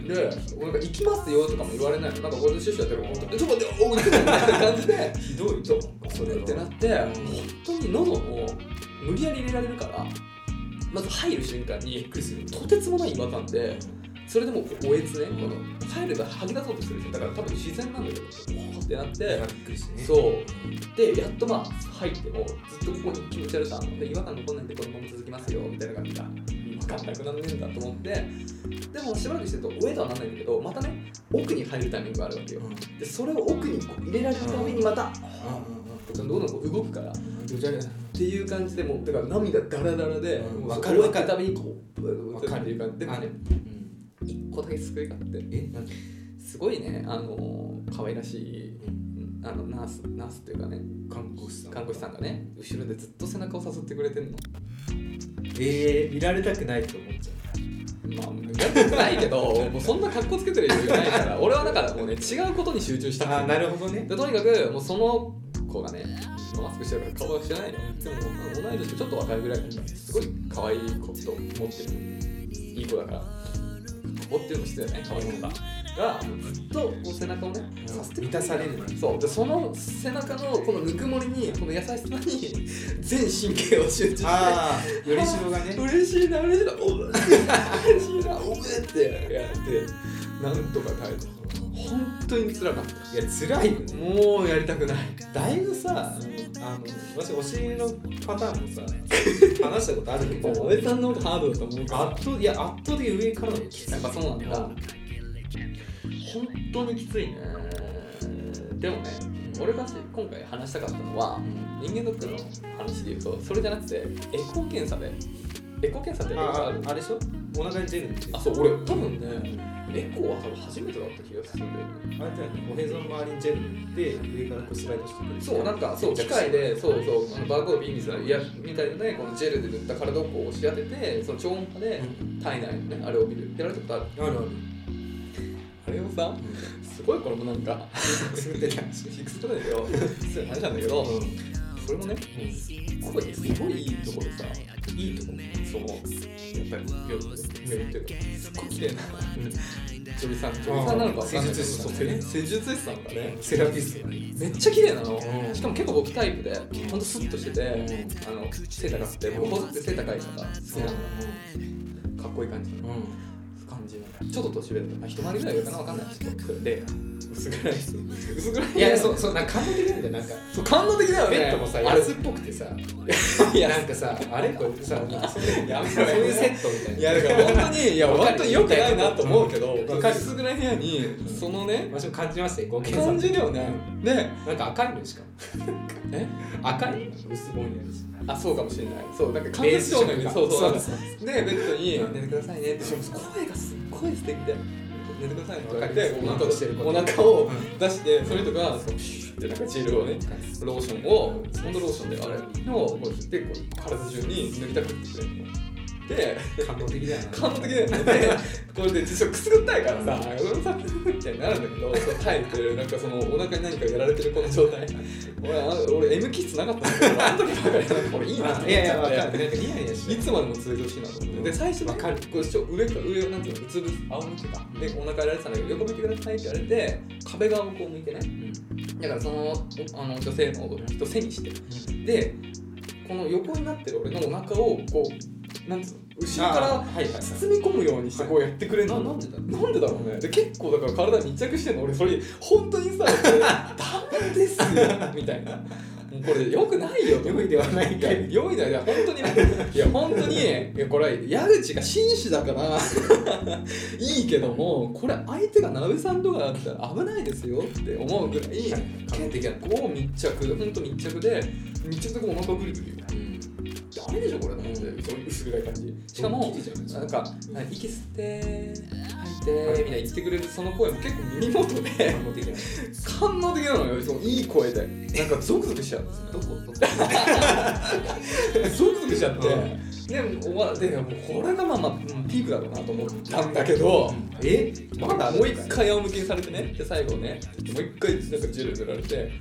で、なんか行きますよとかも言われないのなんかこれでシュッシュやってるからちょっと待っておうみたいな感じでひどいそうそそれれはってなって本当に喉を無理やり入れられるからまず入る瞬間にとてつもない違和感でそれでもうおえつね、この入ると吐き出そうとするじゃんだから多分自然なんだけどおーってなってびっくりしてねそうでやっとまあ入ってもずっとここに気持ち悪さあんので違和感残んないんでこのまま続きますよみたいな感じが違和感なくなるんだと思ってでもしばらくしてると上とはなんないんだけどまたね奥に入るタイミングがあるわけようんでそれを奥にこう入れられるためにまたうどんどんこう動くからっんよだれていう感じでもうだから涙ダラダラで、うんもうわかるわかる終わたびにこうブーッていう感じでもねうん一個だけ救いがあってえなんかすごいねあのー可愛らしいうんあのナースナースっていうかね看護師さん看護師さんがね後ろでずっと背中をさすってくれてんのええ見られたくないと思っちゃうまあやってないけどもうそんな格好つけてる余裕ないから俺はだからもうね違うことに集中したくてああなるほどねでとにかくもうその子がねマスクしてるから顔は知らないのでも同い年とちょっと若いぐらいだからすごい可愛い子と思ってるいい子だから思ってるのしてたよね可愛い子ががずっとこう背中をねさせて満たされるそうでその背中のこのぬくもりにこの優しさに全神経を集中してああよりしろがね嬉しいな嬉しいなおう嬉しいなおめってやってなんとか耐えた本当に辛かったいや辛いよねもうやりたくないだいぶさあの私お尻のパターンもさ話したことあるけどお江さんの方がハードだと思うけど圧倒いや圧倒的に上からのきついやっぱそうなんだ本当にきついねでもね俺が今回話したかったのは人間ドックの話で言うとそれじゃなくてエコー検査でエコー検査ってやったことああるああれでしょお腹に出るんですよあそう俺多分ねエコーは多分初めてだった気がするんだよねあれだよねおへその周りにジェルで上からこうスライドしてくるそうなんかそう機械でそうそうあのバーコードインビスいやみたいなねこのジェルで塗った体をこう押し当ててその超音波で体内のねあれを見るやられたことあるあるあるあれをさすごいこれもなんかすってたフィックスとかだけどそういう話なんだけどそれもねすごいすごいいいところでさいいところそうやっぱりよく巡ってるすっごい綺麗な女優さん女優さんなのかわかんないけど施術師さんね施術師さんがねセラピストねめっちゃ綺麗なの、うんしかも結構僕タイプでほんとスッとしてて、あの背高くて僕ほって背高いから好きなのかっこいい感じのう感じのちょっと年上だった一回りぐらい上かなわかんないちょっとで薄暗い人薄暗いんいやそうそうなんか感動的なんだよなんかそう感動的だよねベッドもさあれ安っぽくてさいやなんかさあれこれさそうやめろやめろいうセットみたいいなやだから本当にいやわかる本当に良くないなと思うけどわかる薄暗い部屋にそのね私も感じましたよご検査感じだよねでなんか赤いのしかもえ赤い薄ぼんやりしあそうかもしれないそうなんか間接照明にそうそうそうでベッドに「寝てくださいね」ってしかも声がすっごい素敵で「寝てくださいね」って言われてわかるお腹を出してそれとかそうシュッてなんかジェルをねローションをソンドローションであれをこう振ってこう体中に塗りたくってで感動的だよな感動的だよねでこれで実はくすぐったいからさ「うるさい」みたいになるんだけどその耐えてるなんかそのお腹に何かやられてるこの状態俺あ俺 M 気質なかったんだけどあの時ばかりなんか俺いいなって思っいちやいやゃっわかてるなんかニヤニヤしいつまでも続いてほしいなと思ってで最初わかるこうちょ上から上をなんていうのうつぶ仰向けかでお腹やられてたんだけど横向いてくださいって言われて壁側をこう向いてねだからそのおあの女性の人背にしてでこの横になってる俺のお腹をこうなんつうの後ろからはいはい包み込むようにしてこうやってくれるの、ななんでだろなんでだろうねで結構だから体密着してんの俺それ本当 にさダメですよみたいなもうこれよくないよと良いではないいかや、い良いだよ、いや本当にね、いや、本当に、いや、これ、矢口が紳士だから、いいけども、これ、相手が鍋さんとかだったら危ないですよって思うぐらい、結構密着、本当密着で、密着でこうお腹ぐりぐり。ダメでしょ、これ、と思って、そういう薄暗い感じ。しかもドッキリじゃないです、かなんか、あ息吸って、吐いて、みたいな言ってくれるその声も結構耳元 で、感動的だよ感動的なのよ、そのいい声で。なんか、ゾクゾクしちゃう。どこゾクゾクしちゃって、うで終わでもうこれがまあまあピークだろうなと思ったんだけど、えまだもう一回仰向けにされてねで最後ねもう一回なんかジェル塗られて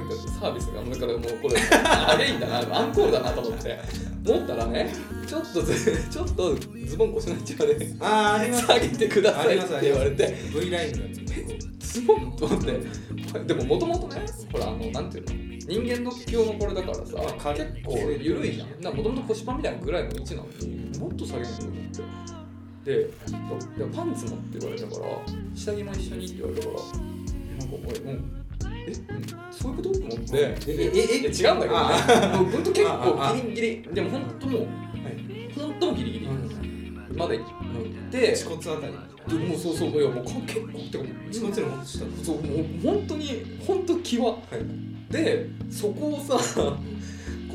もう一回サービスがもうだからもうこれ早いんだなアンコールだなと思って思ったらねちょっとずちょっとズボン腰の位置まであーあります下げてくださいって言われて V ラインのやつねズボンと思ってでももともとねほらあのなんていうの人間の教のこれだからさ軽い結構緩いじゃんもともと腰パンみたいなぐらいの位置なのにもっと下げると思ってででパンツもって言われたから下着も一緒にって言われたからなんか俺もうえそういうことと思ってえええ違うんだけどあねもうほんと結あ構ギリギリでも本当もう本当もギリギリまで行って恥骨あたりでもうそうそういやもう結構ってかもう恥骨よりもっと下だそうもう本当に本当際、でそこをさこ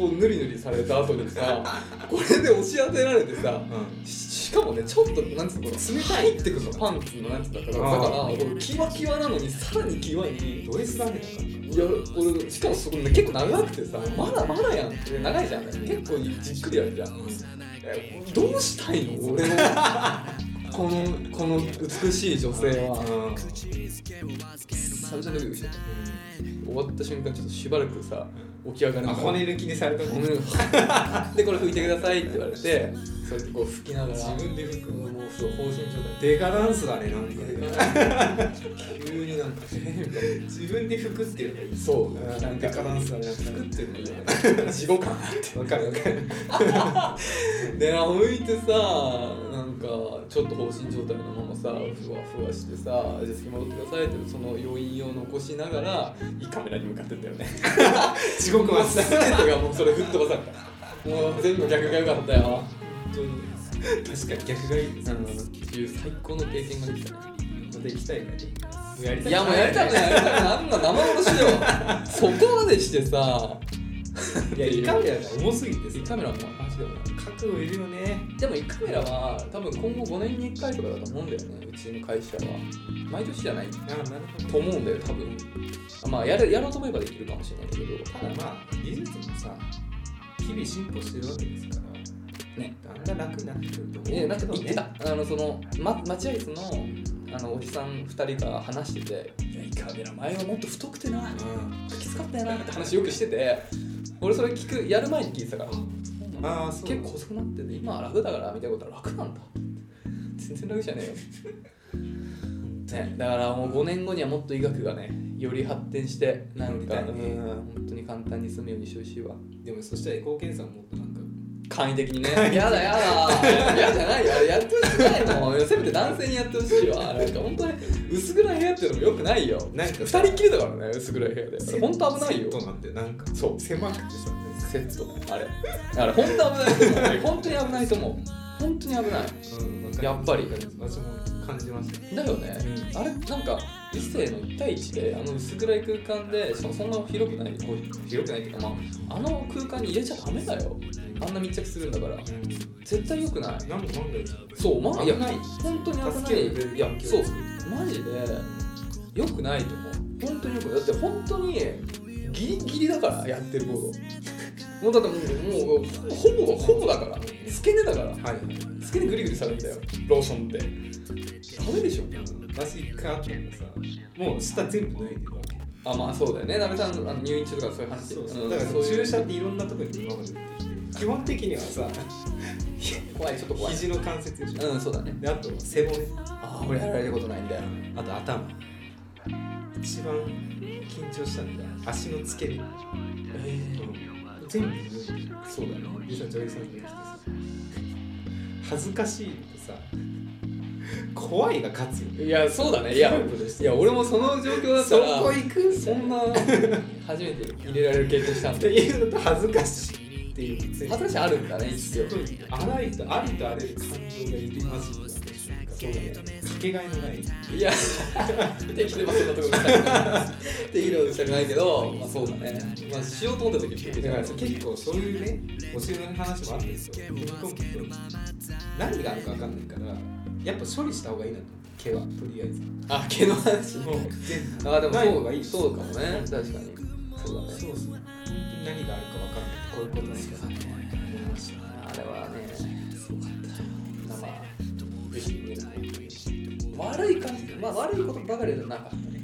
うぬりぬりされた後にさこれで押し当てられてさうんししかもねちょっとなんつうのこの冷たいってくるのパンツのなんつうのだからだあーからこれキワキワなのにさらにキワにドレスだけだからいや俺しかもそこね結構長くてさまだまだやんって長いじゃん結構じっくりやるじゃんえどうしたいの俺の このこの美しい女性はうん久々にドキドキしてた終わった瞬間ちょっとしばらくさ起き上がるあ骨抜きにされたもん骨抜 でこれ拭いてくださいって言われてそうやってこう拭きながら自分で拭くもうそう放心状デカダンスだねなんか態急になんかえーみたい自分で服っていうのがいいなそうなんかデカダンスだね服っていうのがいいね地獄感あってわかるわかる でな向いてさなんかちょっと放心状態のままさふわふわしてさ「じゃあ次戻ってください」ってその余韻を残しながら胃カメラに向かってんだよね地獄もうは全てがもうそれ吹っ飛ばされたもう全部逆が良かったよ確かに逆がいいですうんっていう最高の経験ができたねまた行きたいねもうやりたいやもうやりたくないやりたくないあんな生殺しよそこまでしてさいや胃カメラが重すぎて胃さカメラも話だよね覚悟いるよねでも胃カメラは多分今後5年に1回とかだと思うんだよねうちの会社は毎年じゃないあなるほどと思うんだよ多分まあやるやろうと思えばできるかもしれないけどただまあ技術もさ日々進歩してるわけですからねだんだん楽になってくると思うえなんかけ言どっねてた、あのその、ま、待合室のあのおじさん2人が話してて「いや胃カメラ前はもっと太くてなきつかったよな」って話よくしてて俺それ聞くやる前に聞いてたからうんああそう結構遅くなってて今は楽だからみたいなことは楽なんだ全然楽じゃね えよ、ね、だからもう5年後にはもっと医学がねより発展してなんか、よりねうん本当に簡単に済むようにしてほしいわでもそしたらエコー検査ももっとなんか簡易的にねやだやだやじゃないよあれやってほしくないもんせめて男性にやってほしいわなんか本当に薄暗い部屋っていうのもよくないよなんか2人っきりだからね薄暗い部屋であれ本当危ないよセットなんてなんかそう狭くてさセットあれあれ本当危ないと思うあれ本当に危ないと思う本当に危ないうんやっぱり私も感じましたよだよね、うんあれなんか理性の1対1であの薄暗い空間でしかもそんな広くないこう広くないっていうかまああの空間に入れちゃダメだよあんな密着するんだから絶対良くない何も考えちゃそうまあいや危ない本当に助けてく危なれいるいや環境そうマジで良くないと思う本当に良くないだって本当にギリギリだからやってることもうだってもうもうほぼほぼだから付け根だからはい付け根グリグリされるんだよローションでダメでしょ私一回あったのがさもう下全部脱いでるわけあまあそうだよね、なべさんあの入院中とかそういう話そううそんうだからそういう注射っていろんなところに今まで打ってきて基本的にはさ怖いちょっと怖い。肘の関節でしょうんそうだね。であと背骨ああ俺やられたことないんだよ。あと頭一番緊張したのが足の付け根全部脱いでるそうだね。実は女優さんが来てさ恥ずかしいのとさ怖いが勝つよねいやそうだねいやそういうことですいや俺もその状況だったそらこ行くそんな初めて入れられる経験したんっでていうのと恥ずかしいっていう恥恥ずかしいあるんだね一応あらゆるありとあらゆる感情が入り混じってそうだねかけがえのないいや適当にまあそんなところ適当にしたくないけ どまあそうだねまあしようと思った時にだから結構そういうねお尻の話もあったんですよ踏み込むと何があるか分かんないからやっぱ処理した方がいいなと思って毛はとりあえずあ毛の話もう全部あでもないそ方うがいいしそうかもね確かにそうだねそうですね。何があるか分かんない。こういうことですよね。思いましたねあれはね、すごかった。まあ、無事にね悪い感じ、まあ悪いことばかりじゃなかったね。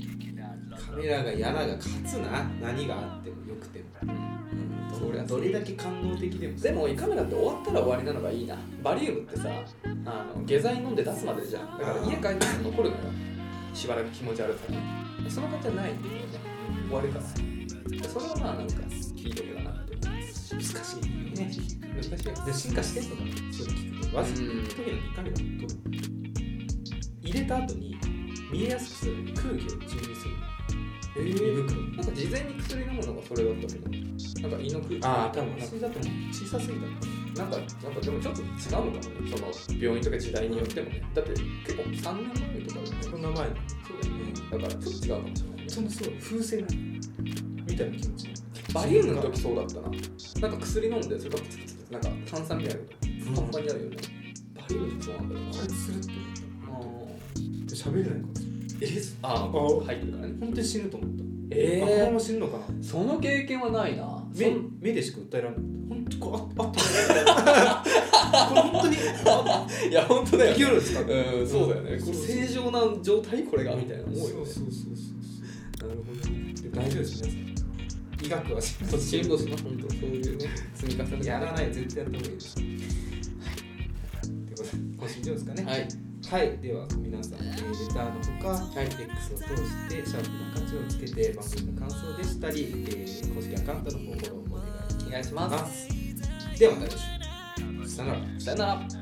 カメラがやらが勝つな。何があってもよくても。うん、そりゃどれだけ官能的でも。でも胃カメラって終わったら終わりなのがいいなバリウムってさあの下剤飲んで出すまでじゃんだから家帰っても残るのよしばらく気持ち悪さがその感じはないんだよね終わるからそれはまあなんかいいとこだなって難しいね。難しいよねで進化してんのかな。それ聞くと。わずかうん特にカメラのこと。入れた後に見えやすくする空気を注入する。え胃ー、袋。なんか事前に薬飲むのがそれだったけどなんか胃の空気多分それだと思う小さすぎたのかな。なんか、なんかでもちょっと違うのかもね、その病院とか時代によってもね。だって結構3年前とかだよね。こんな前の。そうだよね。だからちょっと違うかもしれないね。そのそう風船みたいな気持ち。バリウムの時そうだったな。なんか薬飲んで、それがプツプツプツ、なんか炭酸みたいなこと、パンパンになるよね。バリウムの時そうなんだよなあ。れするってあ喋れないから。ーえああー、入ってるからね。本当に死ぬと思った。あこのまえま死ぬのかなー、その経験はないな。そ目ん目でしか訴えられない本当こうああったこれ本当にあいや、本当だ生よきね。るんですかうん、そうだよね。これ正常な状態これがみたいなそう思そうようね。そうそうるほどで大丈夫です皆さん医学は進歩そっちこそな本当そういうね積み重ねやらないい絶対やった方がいいですはいということで今週以上ですかねはいはい、では皆さん、えー、レターのほか、い X を通して、シャープな価値をつけて、番組の感想でしたり、えー、公式アカウントのフォローをお願いしお願いしまますす。ではまた来週。さよなら。さよなら